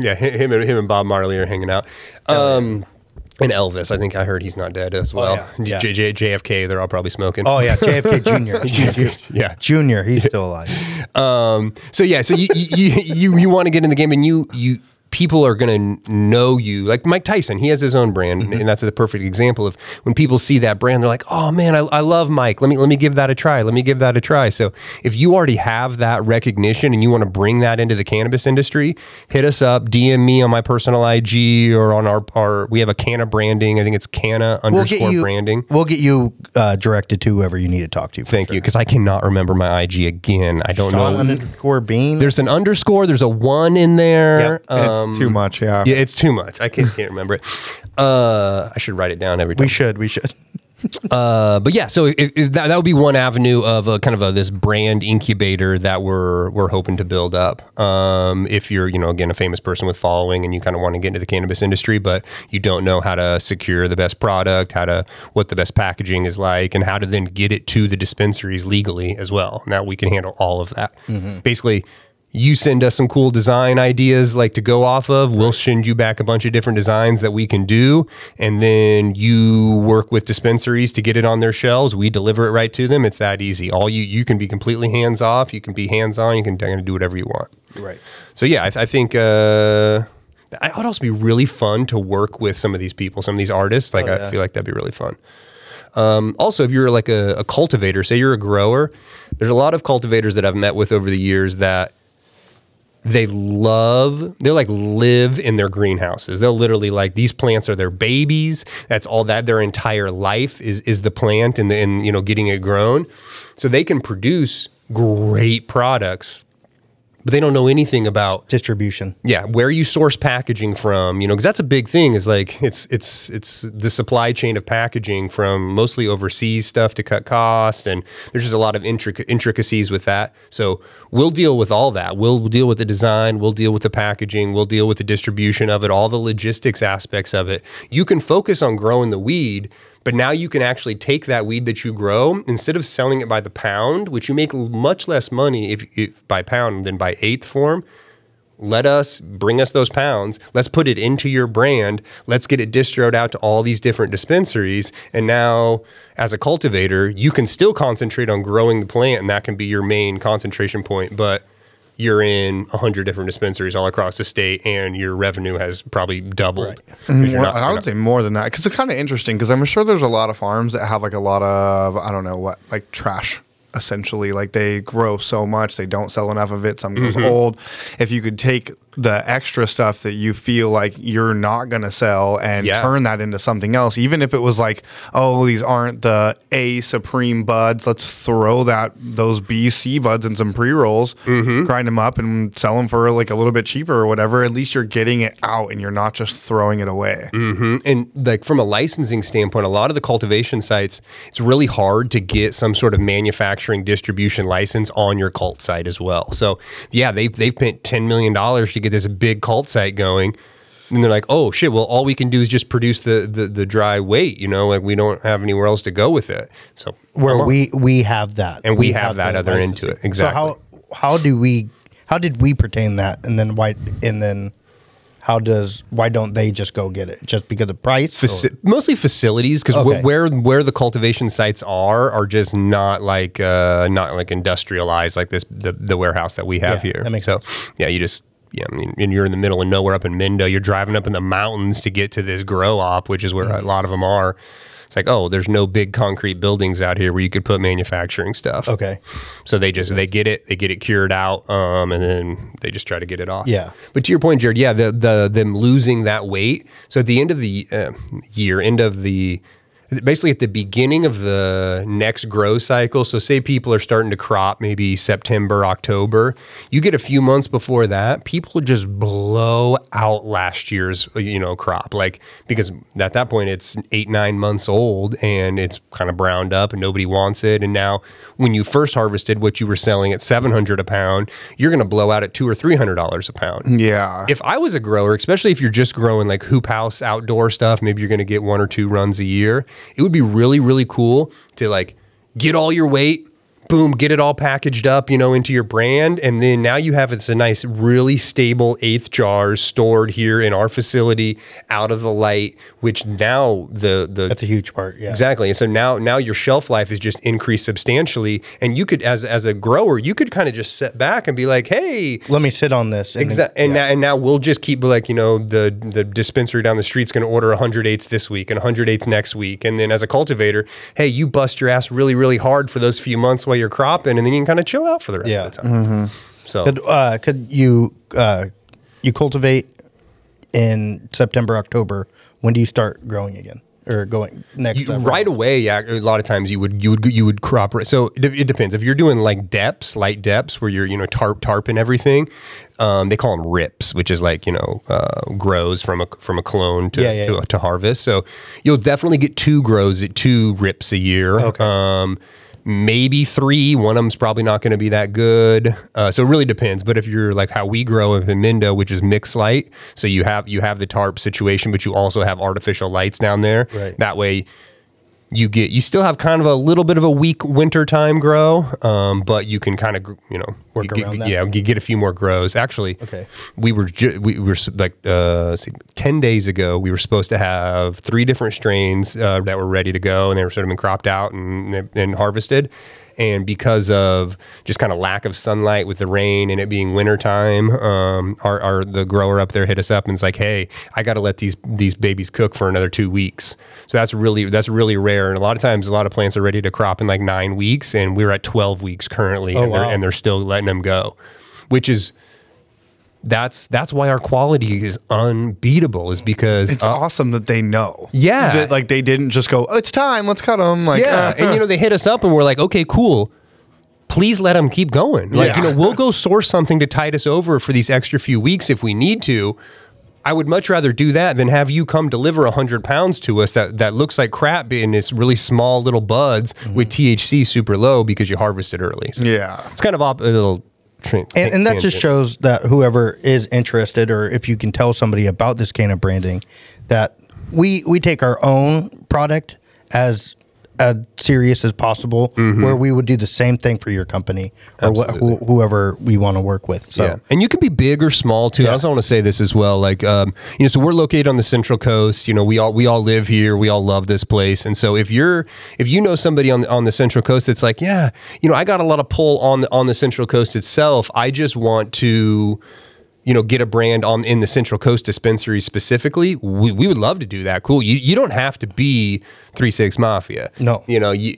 Speaker 3: yeah, hi- him and him and Bob Marley are hanging out. Um, and Elvis, I think I heard he's not dead as well.
Speaker 2: Oh, yeah.
Speaker 3: J- J- JFK, they're all probably smoking.
Speaker 2: Oh yeah, JFK Jr.
Speaker 3: yeah.
Speaker 2: Junior, he's still alive.
Speaker 3: Um, so yeah, so you you you, you, you want to get in the game, and you you people are going to know you. Like Mike Tyson, he has his own brand,
Speaker 2: Mm-hmm.
Speaker 3: and that's the perfect example of when people see that brand, they're like, "Oh man, I, I love Mike. Let me let me give that a try. Let me give that a try." So if you already have that recognition and you want to bring that into the cannabis industry, hit us up, DM me on my personal IG or on our our. We have a Canna branding. I think it's Canna
Speaker 2: We'll get
Speaker 3: underscore
Speaker 2: you.
Speaker 3: branding.
Speaker 2: We'll get you uh, directed to whoever you need to talk to.
Speaker 3: Thank you, because I cannot remember my IG again. I don't
Speaker 2: Sean
Speaker 3: know.
Speaker 2: underscore Bean.
Speaker 3: There's an underscore. There's a one in there.
Speaker 2: Yep.
Speaker 3: Um,
Speaker 4: it's too much. Yeah.
Speaker 3: Yeah, it's too much. I can't, can't remember it. Uh, I should write it down every time.
Speaker 2: we should. We should.
Speaker 3: Uh, but yeah, so if, if that, that would be one avenue of a kind of a, this brand incubator that we're we're hoping to build up. Um, if you're you know again a famous person with following and you kind of want to get into the cannabis industry, but you don't know how to secure the best product, how to what the best packaging is like, and how to then get it to the dispensaries legally as well. Now we can handle all of that.
Speaker 2: Mm-hmm.
Speaker 3: Basically. You send us some cool design ideas like to go off of. We'll send you back a bunch of different designs that we can do. And then you work with dispensaries to get it on their shelves. We deliver it right to them. It's that easy. All you you can be completely hands off. You can be hands on. You can kinda do whatever you want.
Speaker 2: Right.
Speaker 3: So yeah, I, I think uh, I- it would also be really fun to work with some of these people, some of these artists. Like I feel like that'd be really fun. Um, also, if you're like a, a cultivator, say you're a grower, there's a lot of cultivators that I've met with over the years that they love they like live in their greenhouses they'll literally like these plants are their babies that's all that their entire life is is the plant and the and you know getting it grown so they can produce great products but they don't know anything about
Speaker 2: Distribution.
Speaker 3: yeah where you source packaging from you know because that's a big thing is like it's it's it's the supply chain of packaging from mostly overseas stuff to cut cost and there's just a lot of intric- intricacies with that so we'll deal with all that we'll deal with the design we'll deal with the packaging we'll deal with the distribution of it all the logistics aspects of it you can focus on growing the weed but now you can actually take that weed that you grow instead of selling it by the pound which you make much less money if, if by pound than by eighth form Let us bring us those pounds. Let's put it into your brand. Let's get it distroed out to all these different dispensaries. And now, as a cultivator, you can still concentrate on growing the plant, and that can be your main concentration point. But you're in 100 different dispensaries all across the state, and your revenue has probably doubled. 'Cause you're
Speaker 4: More,
Speaker 3: not-
Speaker 4: I
Speaker 3: you're
Speaker 4: would
Speaker 3: not-
Speaker 4: say more than that because it's kind of interesting because I'm sure there's a lot of farms that have like a lot of I don't know what like trash essentially like they grow so much they don't sell enough of it some goes old if you could take the extra stuff that you feel like you're not going to sell and
Speaker 3: Yeah.
Speaker 4: turn that into something else even if it was like oh these aren't the a supreme buds let's throw that those b c buds and some pre-rolls grind them up and sell them for like a little bit cheaper or whatever at least you're getting it out and you're not just throwing it away
Speaker 3: and like from a licensing standpoint, a lot of the cultivation sites, it's really hard to get some sort of manufacturing distribution license on your cult site as well. So yeah, they they've spent ten million dollars to get this big cult site going. And they're like, oh shit, well all we can do is just produce the the, the dry weight, you know, like we don't have anywhere else to go with it. So
Speaker 2: where
Speaker 3: come on.
Speaker 2: we we have that
Speaker 3: And we have that other end to
Speaker 2: licensing.
Speaker 3: it. Exactly.
Speaker 2: so how how do we how did we pertain that and then why and then how does why don't they just go get it just because of price or-
Speaker 3: Faci- mostly facilities because
Speaker 2: Okay.
Speaker 3: where where the cultivation sites are are just not like uh, not like industrialized like this the, the warehouse that we have
Speaker 2: Yeah,
Speaker 3: here.
Speaker 2: that makes
Speaker 3: so yeah, you just yeah, I mean, and you're in the middle of nowhere up in Mendo. You're driving up in the mountains to get to this grow op, which is where
Speaker 2: Mm-hmm.
Speaker 3: a lot of them are. It's like oh, there's no big concrete buildings out here where you could put manufacturing stuff.
Speaker 2: okay
Speaker 3: So they just they get it, they get it cured out, um, and then they just try to get it off.
Speaker 2: Yeah.
Speaker 3: But to your point, Jared, yeah, the the them losing that weight. So at the end of the uh, year, end of the basically at the beginning of the next grow cycle. So say people are starting to crop maybe September, October. You get a few months before that, people just blow out last year's you know crop, like because at that point it's eight nine months old and it's kind of browned up and nobody wants it. And now when you first harvested what you were selling at seven hundred a pound, you're going to blow out at two or three hundred dollars a pound
Speaker 4: yeah
Speaker 3: if I was a grower, especially if you're just growing like hoop house outdoor stuff, maybe you're going to get one or two runs a year. It would be really, really cool to like get all your weight, boom, get it all packaged up, you know, into your brand. And then now you have it's a nice, really stable eighth jars stored here in our facility out of the light, which now the, the,
Speaker 2: that's a huge part yeah
Speaker 3: Exactly. And so now now your shelf life is just increased substantially. And you could as as a grower, you could kind of just sit back and be like, hey,
Speaker 2: let me sit on this and then-
Speaker 3: Exactly. And, now, and now we'll just keep like, you know, the the dispensary down the street's going to order 100 eights this week and 100 eights next week. And then as a cultivator, hey, you bust your ass really, really hard for those few months while you're cropping and then you can kind of chill out for the rest
Speaker 2: Yeah. Mm-hmm.
Speaker 3: of the time. So
Speaker 2: could uh could you uh you cultivate in september october when do you start growing again or going next
Speaker 3: you,
Speaker 2: time
Speaker 3: right away, yeah, a lot of times you would you would you would crop. ro- So it, it depends. If you're doing like depths, light depths, where you're you know tarp tarp and everything, um, they call them rips, which is like you know uh, grows from a from a clone to
Speaker 2: Yeah, yeah,
Speaker 3: to,
Speaker 2: yeah.
Speaker 3: to harvest. So you'll definitely get two grows, two rips a year. Um, maybe three. One of them's probably not going to be that good. Uh, so it really depends. But if you're like how we grow in Mendo, which is mixed light, so you have you have the tarp situation, but you also have artificial lights down there.
Speaker 2: Right.
Speaker 3: That way you get you still have kind of a little bit of a weak wintertime grow, um, but you can kind of gr- you know
Speaker 2: Work
Speaker 3: you get-
Speaker 2: around that.
Speaker 3: Yeah, you get a few more grows. Actually,
Speaker 2: Okay.
Speaker 3: we were ju- we were s- like uh, let's see, ten days ago we were supposed to have three different strains uh, that were ready to go, and they were sort of been cropped out and and harvested. And because of just kind of lack of sunlight with the rain and it being wintertime, um, our, our the grower up there hit us up and it's like, "Hey, I got to let these these babies cook for another two weeks." So that's really that's really rare. And a lot of times, a lot of plants are ready to crop in like nine weeks, and we're at twelve weeks currently, and,
Speaker 2: wow.
Speaker 3: they're, and they're still letting them go, which is that's that's why our quality is unbeatable is because
Speaker 4: it's
Speaker 3: uh,
Speaker 4: awesome that they know
Speaker 3: Yeah.
Speaker 4: That, like they didn't just go it's time let's cut them like
Speaker 3: yeah
Speaker 4: uh,
Speaker 3: and you know they hit us up and we're like okay cool please let them keep going like you
Speaker 4: Yeah.
Speaker 3: know we'll go source something to tide us over for these extra few weeks if we need to I would much rather do that than have you come deliver 100 pounds to us that, that looks like crap in this really small little buds with THC super low because you harvested early. So
Speaker 4: yeah
Speaker 3: It's kind of op- a little. Tra-
Speaker 2: and, and that just
Speaker 3: tangent.
Speaker 2: shows that whoever is interested or if you can tell somebody about this can of branding that we we take our own product as as serious as possible, where we would do the same thing for your company or wh- wh- whoever we want to work with. So
Speaker 3: Yeah. And you can be big or small too. I also want to say this as well. Like, um, you know, so we're located on the central coast. You know, we all we all live here. We all love this place. And so if you're if you know somebody on on the central coast that's like, yeah, you know, I got a lot of pull on the on the central coast itself. I just want to you know, get a brand on in the Central Coast dispensary specifically, we, we would love to do that. Cool. You you don't have to be three six mafia.
Speaker 2: No.
Speaker 3: You know, you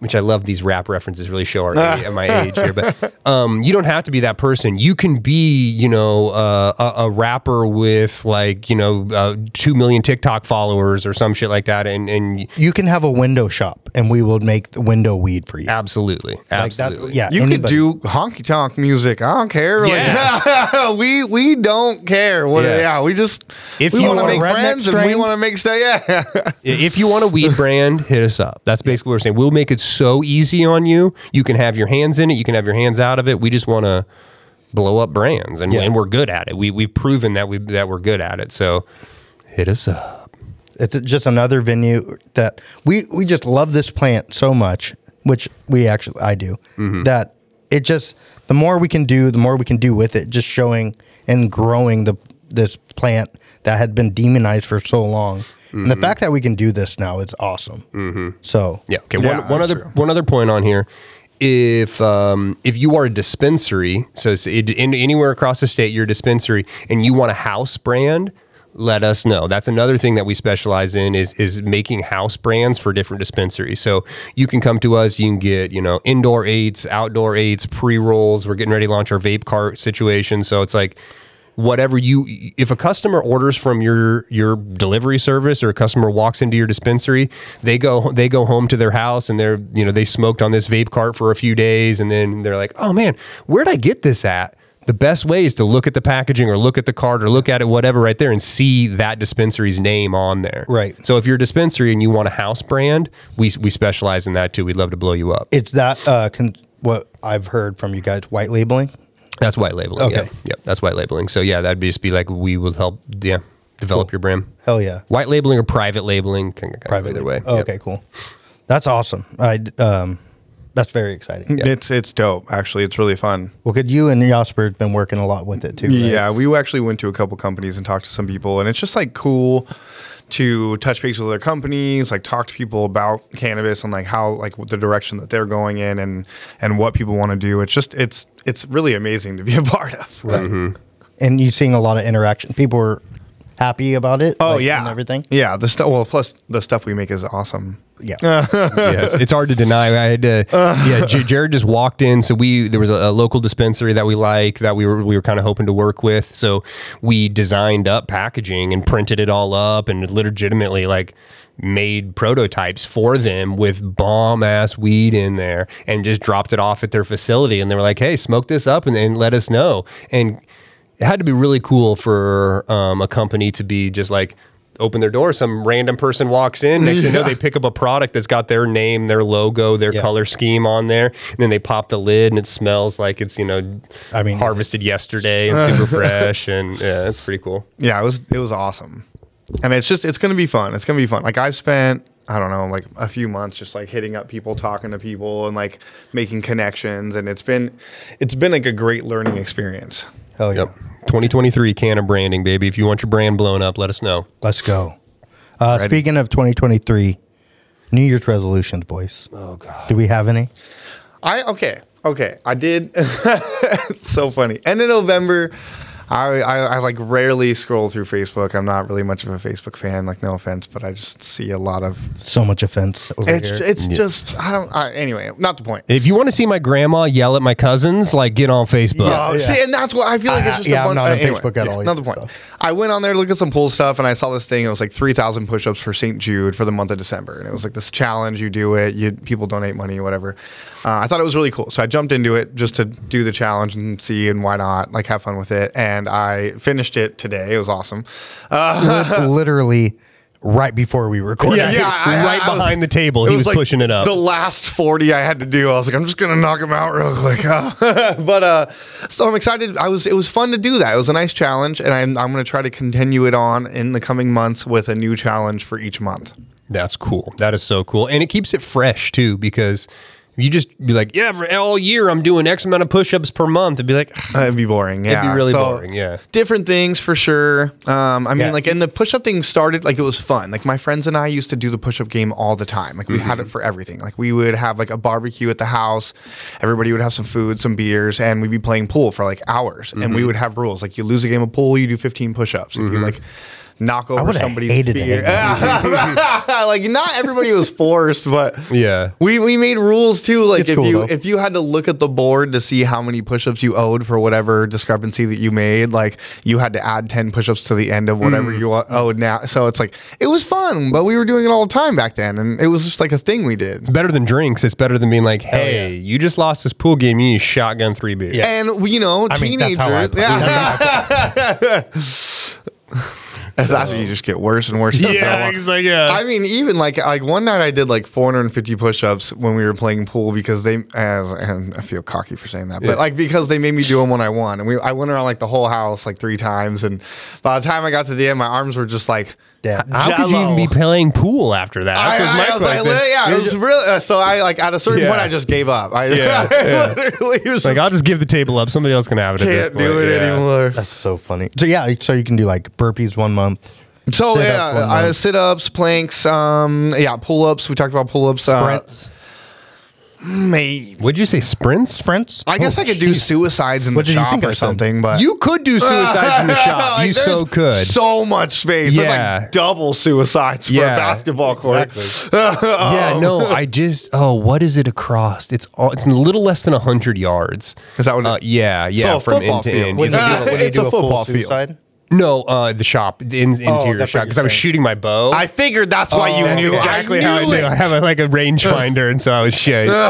Speaker 3: which I love these rap references really show our age, my age here, but um, you don't have to be that person. You can be, you know, uh, a, a rapper with like, you know, uh, 2 million TikTok followers or some shit like that. And, and
Speaker 2: you can have a window shop, and we will make the window weed for you.
Speaker 3: absolutely, absolutely.
Speaker 2: Like that, yeah,
Speaker 4: You
Speaker 2: anybody.
Speaker 4: could do honky tonk music. I don't care.
Speaker 3: Yeah.
Speaker 4: Like, we we don't care. What,
Speaker 3: Yeah.
Speaker 4: yeah. we just
Speaker 3: If
Speaker 4: we
Speaker 3: you
Speaker 4: want to
Speaker 3: want a
Speaker 4: make
Speaker 2: redneck
Speaker 4: friends and we
Speaker 2: strain-
Speaker 4: want to make stay. Yeah,
Speaker 3: I- If you want a weed brand, hit us up. That's basically what we're saying. We'll make it so easy on you. You can have your hands in it. You can have your hands out of it. We just want to blow up brands, and,
Speaker 2: Yeah.
Speaker 3: and we're good at it. We we've proven that we that we're good at it. So hit us up.
Speaker 2: It's just another venue that we we just love this plant so much, which we actually I do.
Speaker 3: Mm-hmm.
Speaker 2: That it just the more we can do, the more we can do with it. Just showing and growing the this plant that had been demonized for so long, and the fact that we can do this now is awesome. So
Speaker 3: Mm-hmm. Yeah. Okay.
Speaker 4: Yeah,
Speaker 3: one one
Speaker 4: that's
Speaker 3: other one other point on here. If um, if you are a dispensary, so it's it, in, anywhere across the state, you're a dispensary, and you want a house brand, let us know. That's another thing that we specialize in is is making house brands for different dispensaries. So you can come to us. You can get you know indoor eights, outdoor eights, pre rolls. We're getting ready to launch our vape cart situation. So it's like whatever you if a customer orders from your your delivery service or a customer walks into your dispensary they go they go home to their house and they're you know they smoked on this vape cart for a few days and then they're like oh man where'd i get this at the best way is to look at the packaging or look at the card or look at it whatever right there and see that dispensary's name on there
Speaker 2: Right.
Speaker 3: so if you're a dispensary and you want a house brand we we specialize in that too we'd love to blow you up
Speaker 2: it's that uh, con- what I've heard from you guys white labeling.
Speaker 3: that's white labeling
Speaker 2: Okay.
Speaker 3: yeah, yeah that's white labeling so yeah that'd just be like we will help yeah develop your brand
Speaker 2: Hell yeah,
Speaker 3: white labeling or private labeling can can go either way.
Speaker 2: Oh,
Speaker 3: Yep.
Speaker 2: Okay, cool. That's awesome. I um, that's very exciting.
Speaker 4: it's it's dope. Actually, it's really fun.
Speaker 2: Well, could you and Jasper have been working a lot with it too? right?
Speaker 4: Yeah, we actually went to a couple companies and talked to some people, and it's just like cool to touch base with other companies, like talk to people about cannabis and like how like what the direction that they're going in and and what people want to do. It's just it's it's really amazing to be a part of.
Speaker 2: and you seeing a lot of interaction. People were happy about it.
Speaker 4: Oh
Speaker 2: like,
Speaker 4: yeah,
Speaker 2: and everything.
Speaker 4: Yeah, the stuff. Well, plus the stuff we make is awesome.
Speaker 2: Yeah,
Speaker 3: yeah, it's, it's hard to deny. I had to, yeah, J- Jared just walked in. So we there was a, a local dispensary that we like that we were we were kind of hoping to work with. So we designed up packaging and printed it all up and legitimately like made prototypes for them with bomb ass weed in there and just dropped it off at their facility and they were like, hey, smoke this up and, and let us know and. It had to be really cool for um, a company to be just like open their door. Some random person walks in. Next thing you know, they pick up a product that's got their name, their logo, their
Speaker 2: Yeah.
Speaker 3: color scheme on there. And then they pop the lid, and it smells like it's you know,
Speaker 2: I mean-
Speaker 3: harvested yesterday and super fresh. And yeah, that's pretty cool.
Speaker 4: Yeah, it was it was awesome, and it's just it's gonna be fun. It's gonna be fun. Like I've spent I don't know like a few months just like hitting up people, talking to people, and like making connections, and it's been it's been like a great learning experience.
Speaker 2: hell yeah.
Speaker 3: Yep. 2023 can of branding, baby. If you want your brand blown up, let us know.
Speaker 2: Let's go. Uh,
Speaker 4: Ready.
Speaker 2: speaking of 2023, New Year's resolutions, boys. Oh god, do we have any?
Speaker 4: I okay okay I did. it's so funny. End of November. I, I, I like rarely scroll through Facebook. I'm not really much of a Facebook fan. Like no offense, but I just see a lot of.
Speaker 2: So much offense over
Speaker 4: It's
Speaker 2: here.
Speaker 4: it's just I don't. I, anyway, not the point.
Speaker 3: If you want to see my grandma yell at my cousins, like get on Facebook.
Speaker 4: Oh, see, and that's what I feel like.
Speaker 2: I-
Speaker 4: It's just
Speaker 2: yeah,
Speaker 4: a
Speaker 2: I'm
Speaker 4: bunch.
Speaker 2: not on
Speaker 4: uh, anyway,
Speaker 2: Facebook at
Speaker 4: yeah,
Speaker 2: all
Speaker 4: Another
Speaker 2: either,
Speaker 4: point.
Speaker 2: so.
Speaker 4: I went on there to look at some pool stuff, and I saw this thing. It was like 3,000 push-ups for St. Jude for the month of December, and it was like this challenge. You do it. You people donate money, whatever. Uh, I thought it was really cool, so I jumped into it just to do the challenge and see, and why not? Like have fun with it. And I finished it today. It was awesome. Uh,
Speaker 2: Lit- literally right before we recorded.
Speaker 3: Yeah. right behind the table. He was pushing it up.
Speaker 4: The last 40 I had to do, I was like, I'm just gonna knock him out real quick. but uh, so I'm excited. I was it was fun to do that. It was a nice challenge, and I'm I'm gonna try to continue it on in the coming months with a new challenge for each month.
Speaker 3: That's cool. That is so cool. And it keeps it fresh too, because you just be like, yeah, for all year I'm doing X amount of push ups per month. It'd be like,
Speaker 4: Uh, It'd be boring. Yeah,
Speaker 3: It'd be really boring, yeah.
Speaker 4: different things for sure. Um, I mean,
Speaker 3: Yeah.
Speaker 4: like, and the push-up thing started like it was fun. Like my friends and I used to do the push-up game all the time. Like we had
Speaker 3: Mm-hmm.
Speaker 4: it for everything. Like we would have like a barbecue at the house. Everybody would have some food, some beers, and we'd be playing pool for like hours. And
Speaker 3: Mm-hmm.
Speaker 4: we would have rules. Like you lose a game of pool, you do 15 push-ups. If you like. Knock over
Speaker 2: would've
Speaker 4: somebody's
Speaker 2: hated to
Speaker 4: beer.
Speaker 2: hang
Speaker 4: like not everybody was forced, but
Speaker 3: Yeah.
Speaker 4: we we made rules too. Like
Speaker 2: It's
Speaker 4: if
Speaker 2: cool,
Speaker 4: you
Speaker 2: though.
Speaker 4: if you had to look at the board to see how many push-ups you owed for whatever discrepancy that you made, like you had to add ten push-ups to the end of whatever
Speaker 2: Mm.
Speaker 4: you o- owed now. So it's like it was fun, but we were doing it all the time back then, and it was just like a thing we did.
Speaker 3: it's better than drinks. It's better than being like,
Speaker 4: Oh,
Speaker 3: hey, you just lost this pool game. You need to shotgun three beers.
Speaker 2: Yeah.
Speaker 4: And we- you know,
Speaker 2: I mean,
Speaker 4: teenagers,
Speaker 2: that's how I play.
Speaker 4: yeah. That's when you just get worse and worse.
Speaker 1: Yeah, he's like,
Speaker 3: Uh,
Speaker 1: yeah.
Speaker 4: I mean, even like like one night I did like 450 push-ups when we were playing pool because they as and I feel cocky for saying that, but like because they made me do them when I won, and we I went around like the whole house like three times, and by the time I got to the end, my arms were just like.
Speaker 2: Dead.
Speaker 3: How could you even be playing pool after that?
Speaker 4: I,
Speaker 3: That was
Speaker 4: I,
Speaker 3: my
Speaker 4: I was like,
Speaker 3: question.
Speaker 4: li- yeah, it was really. uh, So I like at a certain
Speaker 3: Yeah.
Speaker 4: point, I just gave up. I,
Speaker 3: Yeah,
Speaker 4: I
Speaker 3: yeah.
Speaker 4: literally was
Speaker 3: Like,
Speaker 4: just,
Speaker 3: I'll just give the table up. Somebody else can have it. at this
Speaker 4: can't do
Speaker 3: point.
Speaker 4: it
Speaker 3: Yeah.
Speaker 4: anymore.
Speaker 2: That's so funny. So yeah, so you can do like burpees one month, Sit-ups
Speaker 4: So
Speaker 2: one
Speaker 4: yeah, I,
Speaker 2: month.
Speaker 4: sit-ups, planks, um, yeah, pull-ups. We talked about pull-ups. Uh,
Speaker 2: sprints,
Speaker 4: maybe.
Speaker 3: Would you say sprints?
Speaker 2: sprints.
Speaker 4: I guess I could do suicides in
Speaker 2: What
Speaker 4: the
Speaker 2: did you
Speaker 4: shop
Speaker 2: think I
Speaker 4: or
Speaker 2: said?
Speaker 4: something, but
Speaker 3: You could do suicides in the shop.
Speaker 4: Like,
Speaker 3: you
Speaker 4: there's
Speaker 3: so could.
Speaker 4: So much space. That's
Speaker 3: Yeah.
Speaker 4: like double suicides for
Speaker 3: Yeah.
Speaker 4: a basketball court. Oh,
Speaker 3: Yeah, no, I just oh, what is it across? It's all, it's a little less than hundred yards.
Speaker 4: Is that what it-
Speaker 3: Uh, yeah, yeah,
Speaker 4: So a
Speaker 3: from
Speaker 4: football
Speaker 3: end to
Speaker 4: field.
Speaker 3: end.
Speaker 4: When
Speaker 3: Yeah.
Speaker 4: you do- when you do a full suicide?
Speaker 3: no, uh, the shop, the in, interior
Speaker 2: Oh, that's what
Speaker 3: shop,
Speaker 2: you're
Speaker 3: because I was
Speaker 2: saying.
Speaker 3: shooting my bow.
Speaker 4: I figured that's why you
Speaker 3: That's
Speaker 4: knew.
Speaker 3: Oh, exactly
Speaker 4: I
Speaker 3: how I
Speaker 4: knew
Speaker 3: knew. I
Speaker 4: it.
Speaker 3: have a, like a rangefinder, and so I was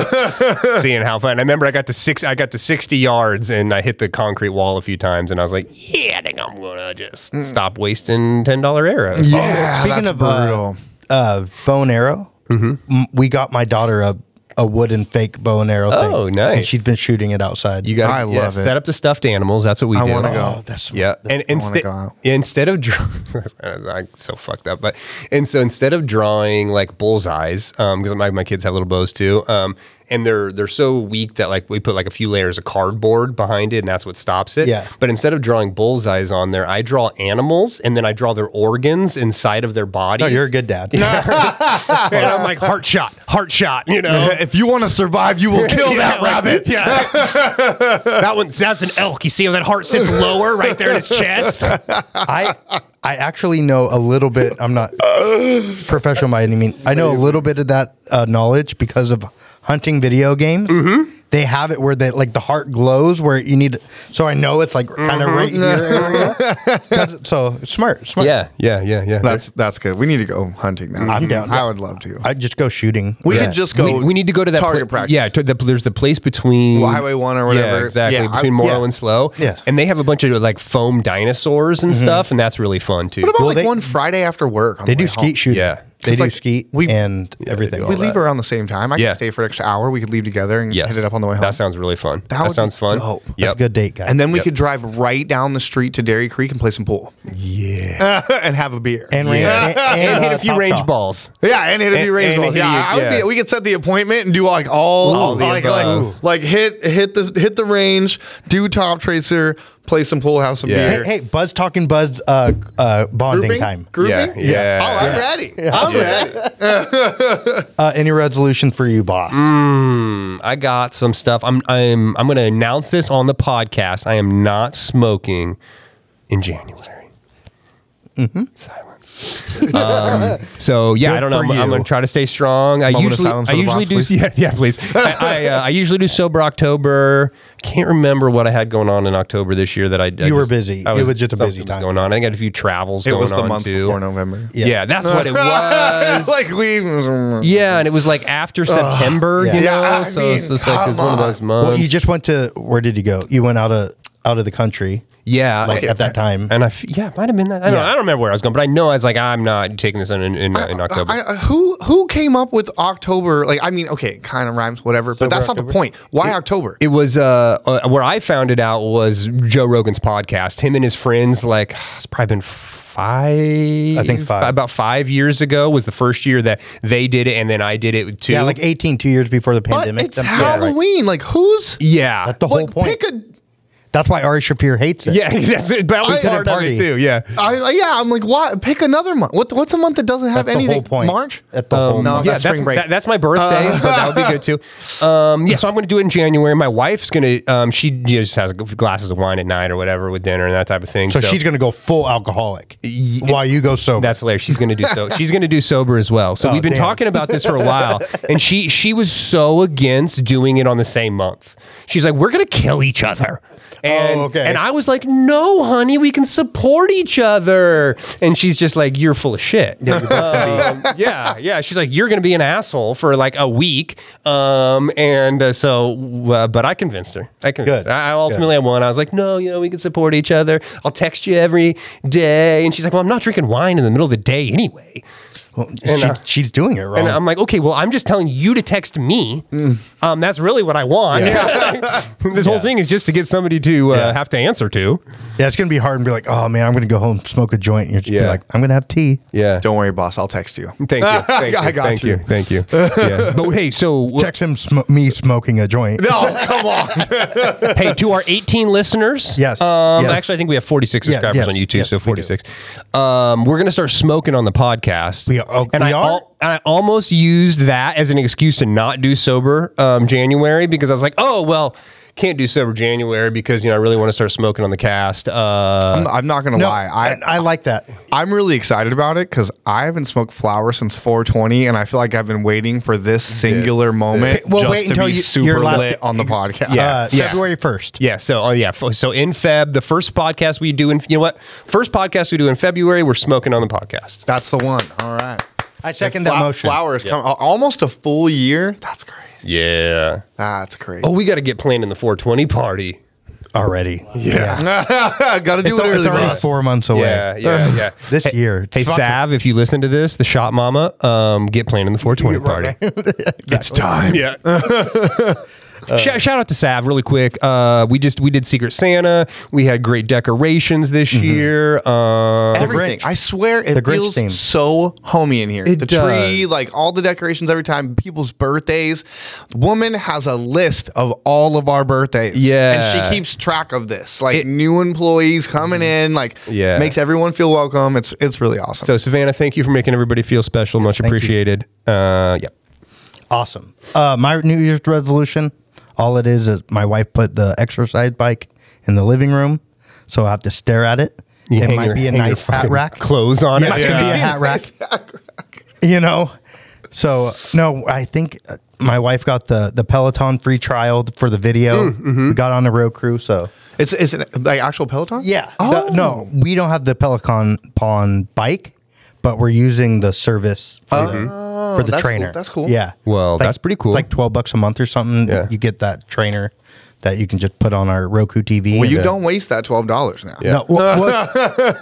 Speaker 3: shit, seeing how fun. I remember I got to six, I got to sixty yards, and I hit the concrete wall a few times, and I was like, "Yeah, I think I'm gonna just stop wasting ten dollar arrows."
Speaker 4: Mm. Yeah,
Speaker 2: Speaking
Speaker 4: that's
Speaker 2: of uh,
Speaker 4: brutal.
Speaker 2: uh, bow and arrow,
Speaker 3: Mm-hmm.
Speaker 2: m- we got my daughter a a wooden fake bow and arrow. thing,
Speaker 3: Oh, nice.
Speaker 2: And she's been shooting it outside.
Speaker 3: You got.
Speaker 4: I love it.
Speaker 3: Set up the stuffed animals. That's what we
Speaker 4: I
Speaker 3: do.
Speaker 4: wanna go.
Speaker 2: Oh, that's smart.
Speaker 3: Yeah, and
Speaker 4: wanna
Speaker 3: instead
Speaker 4: go out.
Speaker 3: instead of draw- I'm so fucked up, but and so instead of drawing like bullseyes, because my my kids have little bows too, um, and they're they're so weak that like we put like a few layers of cardboard behind it, and that's what stops it.
Speaker 2: Yeah.
Speaker 3: But instead of drawing bullseyes on there, I draw animals, and then I draw their organs inside of their bodies.
Speaker 2: No, you're a good dad.
Speaker 3: and I'm like heart shot, heart shot. You know,
Speaker 4: if you want to survive, you will kill
Speaker 3: Yeah,
Speaker 4: that
Speaker 3: like-
Speaker 4: rabbit.
Speaker 3: Yeah. that one, that's an elk. You see how that heart sits lower right there in his chest?
Speaker 2: I I actually know a little bit. I'm not professional by any means. I know a little bit of that uh, knowledge because of hunting video games.
Speaker 3: Mm-hmm.
Speaker 2: They have it where they like the heart glows where you need. So I know it's like kind of right in your area. That's- so smart, smart.
Speaker 3: Mm-hmm. Yeah, yeah, yeah, yeah.
Speaker 4: That's that's good. We need to go hunting now.
Speaker 2: I'm down.
Speaker 4: I would love to.
Speaker 2: I just go shooting.
Speaker 4: we
Speaker 3: Yeah.
Speaker 4: could just go.
Speaker 3: We, we need to go to that
Speaker 4: target
Speaker 3: pla-
Speaker 4: practice.
Speaker 3: Yeah, to the, there's the place between
Speaker 4: Well, Highway 1 or
Speaker 3: Yeah,
Speaker 4: whatever.
Speaker 3: exactly.
Speaker 4: Yeah, I-
Speaker 3: between Morrow
Speaker 2: yeah.
Speaker 3: and Slow.
Speaker 2: Yeah.
Speaker 3: and they have a bunch of like foam dinosaurs and stuff, and that's really fun too.
Speaker 4: What about
Speaker 2: Well,
Speaker 4: like
Speaker 2: they-
Speaker 4: one Friday after work? on
Speaker 2: they do
Speaker 4: the way home?
Speaker 2: skeet shooting.
Speaker 3: Yeah.
Speaker 2: they
Speaker 4: 'Cause,
Speaker 2: do
Speaker 4: like,
Speaker 2: skeet
Speaker 4: we-
Speaker 2: and everything.
Speaker 3: all
Speaker 4: We
Speaker 3: that.
Speaker 4: leave around the same time. I
Speaker 3: Yeah.
Speaker 4: can stay for an extra hour. We could leave together and
Speaker 3: yes,
Speaker 4: hit it up on the way home.
Speaker 3: That sounds really fun. That,
Speaker 4: would be
Speaker 3: sounds fun.
Speaker 4: dope. That's
Speaker 2: That's a
Speaker 3: Yep.
Speaker 2: good date, guys.
Speaker 4: and then we
Speaker 3: Yep.
Speaker 4: could drive right down the street to Dairy Creek and play some pool. Yeah. and have a beer.
Speaker 2: and, ran- and,
Speaker 3: And, hit
Speaker 2: uh,
Speaker 3: a few
Speaker 2: Top
Speaker 3: range
Speaker 2: Shot.
Speaker 3: balls.
Speaker 4: yeah, and hit a few
Speaker 3: And-
Speaker 4: range
Speaker 3: and
Speaker 4: balls.
Speaker 3: hit
Speaker 4: Yeah,
Speaker 3: you-
Speaker 4: I would
Speaker 3: yeah.
Speaker 4: Be, we could set the appointment and do like all,
Speaker 3: All the
Speaker 4: like,
Speaker 3: above.
Speaker 4: like, like hit hit the hit the range, do top tracer, play some pool, have some
Speaker 3: Yeah.
Speaker 4: beer.
Speaker 2: Hey, hey, Buzz talking Buzz uh, uh, bonding
Speaker 4: grouping
Speaker 2: time.
Speaker 4: Grouping?
Speaker 3: Yeah, yeah.
Speaker 4: Oh, I'm
Speaker 3: Yeah.
Speaker 4: ready. I'm ready.
Speaker 2: Uh, any resolution for you, boss?
Speaker 3: Mm. I got some stuff. I'm I'm I'm going to announce this on the podcast. I am not smoking in January. Silence. um, so yeah, I don't know.
Speaker 2: Mm-hmm. for
Speaker 3: I'm,
Speaker 2: you.
Speaker 3: I'm going to try to stay strong. I
Speaker 4: Moment of
Speaker 3: usually
Speaker 4: silence
Speaker 3: I
Speaker 4: for the
Speaker 3: usually
Speaker 4: boss,
Speaker 3: do
Speaker 4: please.
Speaker 3: yeah yeah please. I I, uh, I usually do sober October. Can't remember what I had going on in October this year that I I
Speaker 2: You were busy.
Speaker 3: I
Speaker 2: It was just a busy
Speaker 3: something was
Speaker 2: time.
Speaker 3: going on. I got a few travels
Speaker 4: It
Speaker 3: going
Speaker 4: was the
Speaker 3: on
Speaker 4: month
Speaker 3: too.
Speaker 4: before November.
Speaker 3: Yeah. that's what it was.
Speaker 4: like we
Speaker 3: yeah, and it was like after September,
Speaker 2: Yeah.
Speaker 3: you know.
Speaker 4: Yeah, I
Speaker 3: so it's
Speaker 4: mean,
Speaker 3: just like it was one of
Speaker 4: come
Speaker 3: those months.
Speaker 2: Well, you just went to where did you go? You went out of out of the country,
Speaker 3: yeah,
Speaker 2: like
Speaker 3: I-
Speaker 2: at that time.
Speaker 3: And I, f- yeah, it might have been that. I don't, know. I don't remember where I was going, but I know I was like, I'm not taking this in in, in, in October.
Speaker 4: I, I- who who came up with October? Like, I mean, okay, kind of rhymes, whatever, but that's not the point. Why October?
Speaker 3: it was uh, uh, where I found it out was Joe Rogan's podcast. Him and his friends, like, it's probably been f- five.
Speaker 2: I think five.
Speaker 3: About five years ago was the first year that they did it, and then I did it too.
Speaker 2: Yeah, like 18, two years before the
Speaker 4: But
Speaker 2: pandemic.
Speaker 4: it's
Speaker 2: That- yeah, right.
Speaker 4: Halloween. Like who's
Speaker 3: yeah,
Speaker 2: That's the whole
Speaker 4: like
Speaker 2: point.
Speaker 4: pick a
Speaker 2: That's why Ari Shapiro hates it.
Speaker 3: yeah, that's it. That was
Speaker 2: couldn't
Speaker 3: part of
Speaker 2: party.
Speaker 3: it too. Yeah,
Speaker 4: I, I- yeah, I'm like, why? Pick another month. What, what's a month that doesn't have
Speaker 2: That's the
Speaker 4: anything?
Speaker 2: whole point.
Speaker 4: March?
Speaker 2: That's the
Speaker 3: Um,
Speaker 2: whole
Speaker 4: no,
Speaker 2: month.
Speaker 4: that's
Speaker 3: yeah, that's,
Speaker 4: spring break.
Speaker 3: that- that's my birthday, but that would be good too. Um, yeah, so I'm going to do it in January. My wife's going to, um, she you know, just has glasses of wine at night or whatever with dinner and that type of thing.
Speaker 2: So she's going to go full alcoholic while you go sober.
Speaker 3: That's hilarious. She's going to do so. She's going to do sober as well. So
Speaker 2: Oh,
Speaker 3: we've been
Speaker 2: damn.
Speaker 3: talking about this for a while, and she she was so against doing it on the same month. She's like, "We're going to kill each other." And,
Speaker 2: Oh, okay.
Speaker 3: And I was like, "No, honey, we can support each other." And she's just like, "You're full of shit." Yeah, yeah, yeah. She's like, "You're going to be an asshole for like a week." Um, and uh, so, uh, but I convinced her. I convinced
Speaker 2: Good.
Speaker 3: her. I I ultimately I won. I was like, no, you know, we can support each other. I'll text you every day. And she's like, well, I'm not drinking wine in the middle of the day anyway.
Speaker 2: Well,
Speaker 3: and,
Speaker 2: she-
Speaker 3: uh,
Speaker 2: she's doing it wrong.
Speaker 3: And I'm like, okay, well, I'm just telling you to text me. Um, that's really what I want. this whole thing is just to get somebody to uh,
Speaker 2: Yeah.
Speaker 3: have to answer to.
Speaker 2: yeah, it's going to be hard and be like, oh man, I'm going to go home, smoke a joint. And you're just gonna
Speaker 3: Yeah.
Speaker 2: be like, I'm going to have tea.
Speaker 3: Yeah.
Speaker 4: Don't worry, boss. I'll text you.
Speaker 3: Thank you. Thank you.
Speaker 4: I got
Speaker 3: Thank you.
Speaker 4: you.
Speaker 3: Thank you. Yeah. But hey, so
Speaker 2: Text him sm- me smoking a joint.
Speaker 4: No, come on.
Speaker 3: hey, to our 18 listeners.
Speaker 2: Yes.
Speaker 3: Um,
Speaker 2: Yes.
Speaker 3: Actually, I think we have 46
Speaker 2: Yeah,
Speaker 3: subscribers
Speaker 2: yes,
Speaker 3: on YouTube,
Speaker 2: yes,
Speaker 3: so
Speaker 2: we do.
Speaker 3: 46. um, we're going to start smoking on the podcast.
Speaker 2: We are- oh,
Speaker 3: and
Speaker 2: we
Speaker 3: I,
Speaker 2: are?
Speaker 3: al- I almost used that as an excuse to not do sober um, January because I was like, oh, well, can't do sober January because, you know, I really want to start smoking on the cast. Uh,
Speaker 4: I'm, I'm not gonna
Speaker 2: No,
Speaker 4: lie. I,
Speaker 2: I, I like that.
Speaker 4: I'm really excited about it because I haven't smoked flour since 420, and I feel like I've been waiting for this singular moment
Speaker 2: Well,
Speaker 4: just
Speaker 2: wait
Speaker 4: to
Speaker 2: until
Speaker 4: be
Speaker 2: you-
Speaker 4: super
Speaker 2: your last-
Speaker 4: lit on the podcast.
Speaker 2: Uh,
Speaker 3: yeah.
Speaker 2: February 1st.
Speaker 3: yeah, so oh yeah, f- so in Feb, the first podcast we do in you know what, first podcast we do in February, we're smoking on the podcast.
Speaker 4: that's the one. All right.
Speaker 2: I second that motion.
Speaker 4: Flour is coming almost a full year. That's crazy.
Speaker 3: Yeah.
Speaker 4: That's crazy.
Speaker 3: Oh, we got to get planned in the 420 party.
Speaker 2: Already. Yeah.
Speaker 4: Gotta do
Speaker 2: It's, al-
Speaker 4: it
Speaker 2: it's
Speaker 4: early.
Speaker 2: already
Speaker 4: boss.
Speaker 2: four months away.
Speaker 3: Yeah, yeah, yeah.
Speaker 2: This year. It's
Speaker 3: Hey,
Speaker 2: fucking-
Speaker 3: Sav, if you listen to this, the shop mama, um, get playing in the 420 party.
Speaker 4: It's time.
Speaker 3: Yeah.
Speaker 2: Uh,
Speaker 3: shout, shout out to Sav really quick. Uh, we just we did Secret Santa. We had great decorations this
Speaker 2: Mm-hmm.
Speaker 3: year. Um,
Speaker 4: Everything.
Speaker 2: Grinch.
Speaker 4: I swear it
Speaker 2: The Grinch
Speaker 4: feels
Speaker 2: theme.
Speaker 4: so homey in here.
Speaker 3: It
Speaker 4: the tree,
Speaker 3: does.
Speaker 4: like all the decorations every time, people's birthdays. The woman has a list of all of our birthdays.
Speaker 3: Yeah.
Speaker 4: And she keeps track of this. Like
Speaker 3: It-
Speaker 4: new employees coming in, like
Speaker 3: Yeah.
Speaker 4: makes everyone feel welcome. It's it's really awesome.
Speaker 3: so Savannah, thank you for making everybody feel special. Much appreciated. Uh, yeah.
Speaker 2: Awesome. Uh, my New Year's resolution, all it is is my wife put the exercise bike in the living room, so I have to stare at it.
Speaker 3: You
Speaker 2: it
Speaker 3: hang
Speaker 2: might
Speaker 3: your-
Speaker 2: be a
Speaker 3: hang your
Speaker 2: nice hat
Speaker 3: fucking
Speaker 2: rack.
Speaker 3: Clothes on
Speaker 2: It
Speaker 3: it.
Speaker 2: could be a hat rack. you know, so no, I think uh, my wife got the the Peloton free trial for the
Speaker 4: Mm,
Speaker 2: video.
Speaker 4: mm-hmm.
Speaker 2: We got on the road crew, so
Speaker 4: it's it's an, like actual Peloton?
Speaker 2: The-
Speaker 4: Oh
Speaker 2: no, we don't have the Peloton Pon bike, but we're using the service for, the, for the
Speaker 4: Oh, that's cool,
Speaker 2: trainer.
Speaker 4: that's cool.
Speaker 2: Yeah.
Speaker 3: Well,
Speaker 2: Like-
Speaker 3: that's pretty cool.
Speaker 2: it's like 12 bucks a month or something.
Speaker 3: Yeah.
Speaker 2: You get that trainer that you can just put on our Roku TV.
Speaker 4: Well, you
Speaker 2: and-
Speaker 4: don't waste that twelve dollars now.
Speaker 3: Yeah.
Speaker 2: No, well, well,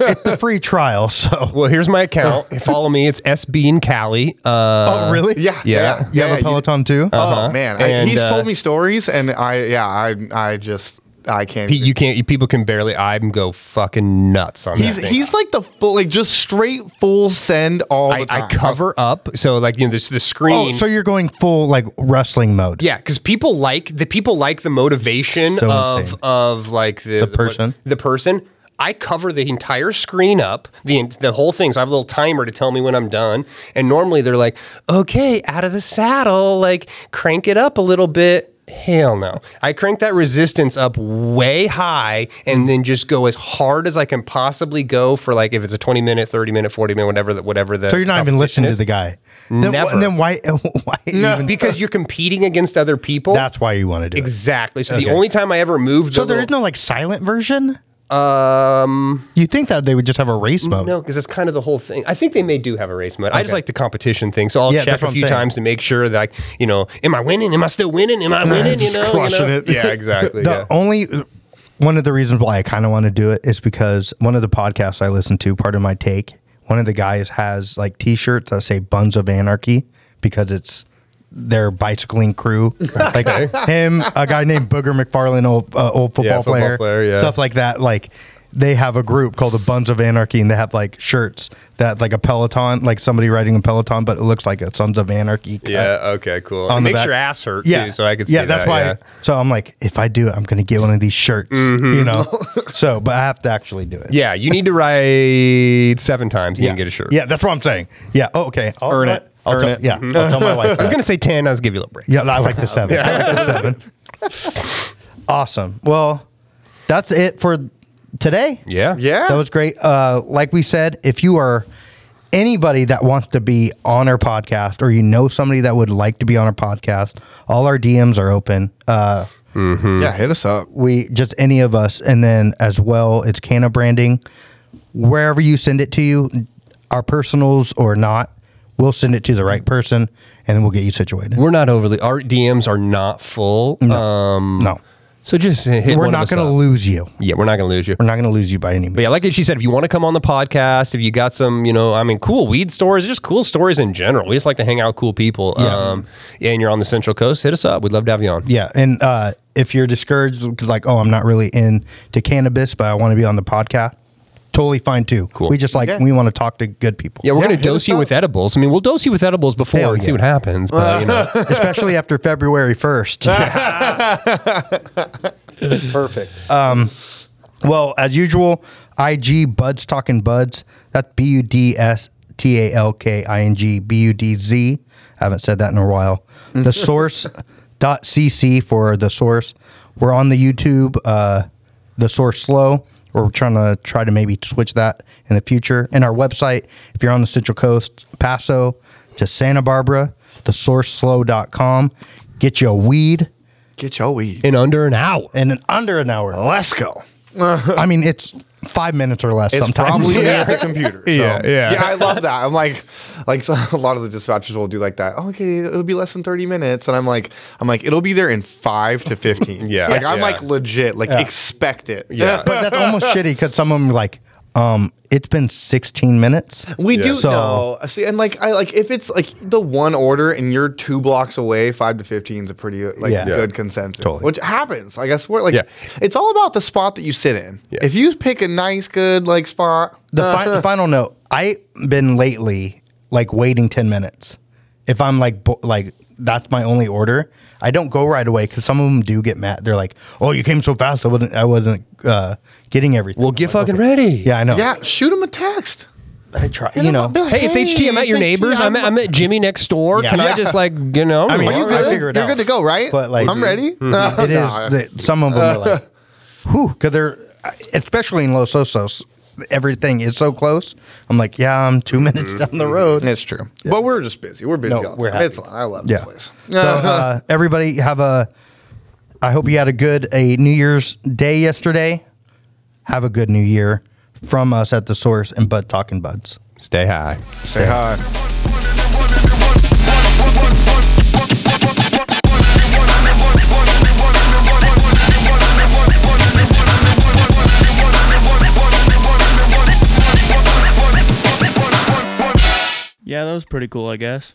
Speaker 2: it's a free trial, so.
Speaker 3: well, here's my account. Follow me. It's SB and Cali. Uh, Uh-huh.
Speaker 2: oh, really?
Speaker 4: Yeah.
Speaker 3: Yeah.
Speaker 2: You have a Peloton too?
Speaker 4: Oh man, I-
Speaker 3: And,
Speaker 4: he's
Speaker 3: uh,
Speaker 4: told me stories, and I yeah, I I just I can't.
Speaker 3: Pete, you can't. You, people can barely. I am go fucking nuts on
Speaker 4: He's
Speaker 3: that. thing.
Speaker 4: he's like the full like just straight full send all
Speaker 3: I,
Speaker 4: the time.
Speaker 3: I cover up. So like you know this the
Speaker 2: Oh,
Speaker 3: screen.
Speaker 2: so you're going full like wrestling mode.
Speaker 3: yeah, because people like the people like the motivation
Speaker 2: So
Speaker 3: of
Speaker 2: insane.
Speaker 3: of like the, the
Speaker 2: person.
Speaker 3: The, person. I cover the entire screen up, the en- the whole thing. So I have a little timer to tell me when I'm done. And normally they're like, "Okay, out of the saddle, like crank it up a little bit." Hell no! I crank that resistance up way high,
Speaker 2: Mm-hmm.
Speaker 3: and then just go as hard as I can possibly go for like if it's a 20 minute, 30 minute, 40 minute, whatever that whatever the
Speaker 2: So you're not even listening to
Speaker 3: is.
Speaker 2: the guy. Then,
Speaker 3: Never.
Speaker 2: Then why? Why? even-
Speaker 3: because you're competing against other people.
Speaker 2: that's why you want to do it.
Speaker 3: exactly. So the
Speaker 2: Okay.
Speaker 3: only time I ever moved,
Speaker 2: So there is no like silent version.
Speaker 3: no, um,
Speaker 2: You think that they would just have a race mode?
Speaker 3: no, because that's kind of the whole thing. I think they may do have a race mode. I just like the competition thing, so I'll
Speaker 2: Yeah,
Speaker 3: check
Speaker 2: that's what
Speaker 3: a
Speaker 2: I'm
Speaker 3: few
Speaker 2: saying.
Speaker 3: times to make sure that you know, am I winning? Am I still winning? Am I winning? you
Speaker 4: Just
Speaker 3: know, you
Speaker 4: crushing
Speaker 3: know?
Speaker 4: it.
Speaker 3: Yeah, exactly.
Speaker 2: The
Speaker 3: yeah.
Speaker 2: only one of the reasons why I kind of want to do it is because one of the podcasts I listen to, part of my take, one of the guys has like T-shirts that say "Buns of Anarchy" because it's their bicycling crew, like him, a guy named Booger McFarlane, old uh, old football,
Speaker 3: football
Speaker 2: player,
Speaker 3: player, yeah.
Speaker 2: stuff like that. Like they have a group called the Buns of Anarchy, and they have like shirts that like a Peloton, like somebody riding a Peloton, but it looks like a Sons of Anarchy. cut.
Speaker 3: Yeah. Okay. Cool.
Speaker 2: On
Speaker 3: It
Speaker 2: the
Speaker 3: makes
Speaker 2: back.
Speaker 3: your ass hurt too, so I could.
Speaker 2: Yeah,
Speaker 3: see
Speaker 2: that's
Speaker 3: that,
Speaker 2: why.
Speaker 3: yeah.
Speaker 2: So I'm like, if I do it, I'm gonna get one of these shirts, you know. so, but I have to actually do it.
Speaker 3: Yeah, Mm-hmm. you need to ride seven times and
Speaker 2: yeah.
Speaker 3: you can get a shirt.
Speaker 2: Yeah, that's what I'm saying. Yeah. Oh, okay. I'll
Speaker 4: Earn
Speaker 2: let-
Speaker 4: it.
Speaker 2: I'll
Speaker 4: Earn
Speaker 2: tell,
Speaker 4: it. Mm-hmm.
Speaker 2: Yeah. I'll tell my wife.
Speaker 3: I was
Speaker 2: that.
Speaker 3: gonna say ten. I was give you a little break.
Speaker 2: Yeah, I like the seven. I like the seven. awesome. Well, that's it for today.
Speaker 3: Yeah.
Speaker 4: Yeah.
Speaker 2: That was great. Uh, like we said, if you are anybody that wants to be on our podcast or you know somebody that would like to be on our podcast, all our DMs are open. Uh,
Speaker 4: yeah, hit us up.
Speaker 2: we just any of us. And then as well, it's Canna Branding. Wherever you send it to you, our personals or not, we'll send it to the right person and then we'll get you situated.
Speaker 3: We're not overly. Our DMs are not full. Um,
Speaker 2: no,
Speaker 3: So just hit.
Speaker 2: we're
Speaker 3: one of
Speaker 2: not
Speaker 3: us
Speaker 2: going to
Speaker 3: up.
Speaker 2: lose you.
Speaker 3: Yeah, we're not gonna lose you.
Speaker 2: We're not going to lose you by any means.
Speaker 3: But yeah, like she said, if you want to come on the podcast, if you got some, you know, I mean, cool weed stories, just cool stories in general. We just like to hang out with cool people. Um, and you're on the Central Coast, hit us up. We'd love to have you on.
Speaker 2: Yeah, and uh, if you're discouraged because like, oh, I'm not really into cannabis, but I want to be on the podcast, totally fine too.
Speaker 3: Cool.
Speaker 2: We just like
Speaker 4: Yeah.
Speaker 2: we want to talk to good people.
Speaker 3: Yeah, we're
Speaker 4: Yeah,
Speaker 3: gonna
Speaker 4: hit us
Speaker 3: dose you
Speaker 4: up.
Speaker 3: with edibles. I mean, we'll dose you with edibles before
Speaker 2: Hell
Speaker 3: and
Speaker 2: yeah.
Speaker 3: see what happens. But you know,
Speaker 2: especially after February first. Perfect. Um, well, as usual, IG buds talking buds. That's B U D S T A L K I N G B U D Z. I haven't said that in a while. The source dot cc for the source. We're on the YouTube. Uh, the source slow. We're trying to try to maybe switch that in the future. And our website, if you're on the Central Coast, Paso to Santa Barbara, thesourceslow.com. Get you a weed
Speaker 4: Get your weed.
Speaker 3: in under an hour.
Speaker 2: in an under an hour.
Speaker 4: Let's go.
Speaker 2: I mean, it's five minutes or less
Speaker 4: It's
Speaker 2: sometimes.
Speaker 4: probably at the computer. so-
Speaker 3: Yeah, yeah.
Speaker 4: Yeah, I love that. I'm like, like so, a lot of the dispatchers will do like that. Okay, it'll be less than 30 minutes, and I'm like, I'm like, it'll be there in five to 15.
Speaker 3: Yeah,
Speaker 4: like I'm
Speaker 3: yeah.
Speaker 4: like legit, like expect it.
Speaker 3: Yeah.
Speaker 2: but that's almost shitty because some of them are like, um, it's been 16 minutes.
Speaker 4: We do
Speaker 2: So-
Speaker 4: know. See, and like I like if it's like the one order and you're two blocks away, five to fifteen is a pretty uh, like
Speaker 2: Yeah. Yeah.
Speaker 4: good consensus,
Speaker 2: Totally.
Speaker 4: which happens. Like I swear, like
Speaker 3: Yeah.
Speaker 4: it's all about the spot that you sit in.
Speaker 3: Yeah.
Speaker 4: If you pick a nice, good like spot,
Speaker 2: The,
Speaker 4: uh,
Speaker 2: fi- the final note. I've been lately like waiting ten minutes. If I'm like bo- like that's my only order. I don't go right away because some of them do get mad. They're like, "Oh, you came so fast. I wasn't. I wasn't uh, getting everything."
Speaker 3: Well,
Speaker 2: I'm
Speaker 3: get
Speaker 2: like,
Speaker 3: fucking
Speaker 2: okay.
Speaker 3: ready.
Speaker 2: Yeah, I know.
Speaker 4: yeah, shoot him a text.
Speaker 2: I try.
Speaker 4: Hit
Speaker 2: You
Speaker 4: 'em
Speaker 2: know.
Speaker 4: up, be like,
Speaker 3: Hey, it's HT. I'm at your
Speaker 4: it's
Speaker 3: neighbor's.
Speaker 4: HT,
Speaker 3: I'm, at- I'm at Jimmy next door.
Speaker 2: Yeah.
Speaker 3: Can I
Speaker 2: Yeah.
Speaker 3: just like you know?
Speaker 2: I mean,
Speaker 4: Are you
Speaker 2: I
Speaker 4: good?
Speaker 2: figure it
Speaker 4: You're
Speaker 2: out.
Speaker 4: good to go, right?
Speaker 2: But, like,
Speaker 4: I'm ready.
Speaker 2: It is
Speaker 4: Nah.
Speaker 2: that some of them are like, whew, because they're especially in Los Osos, everything is so close. I'm like, yeah, I'm two minutes down the road.
Speaker 4: It's true, but we're just busy. We're busy.
Speaker 2: No,
Speaker 4: all the
Speaker 2: we're
Speaker 4: time.
Speaker 2: happy.
Speaker 4: It's I love
Speaker 2: Yeah.
Speaker 4: this place. Uh-huh.
Speaker 2: So, uh, everybody have a. I hope you had a good a New Year's Day yesterday. Have a good New Year from us at the Source and Bud Talking Buds.
Speaker 3: Stay high.
Speaker 4: Say hi.
Speaker 1: Yeah, that was pretty cool, I guess.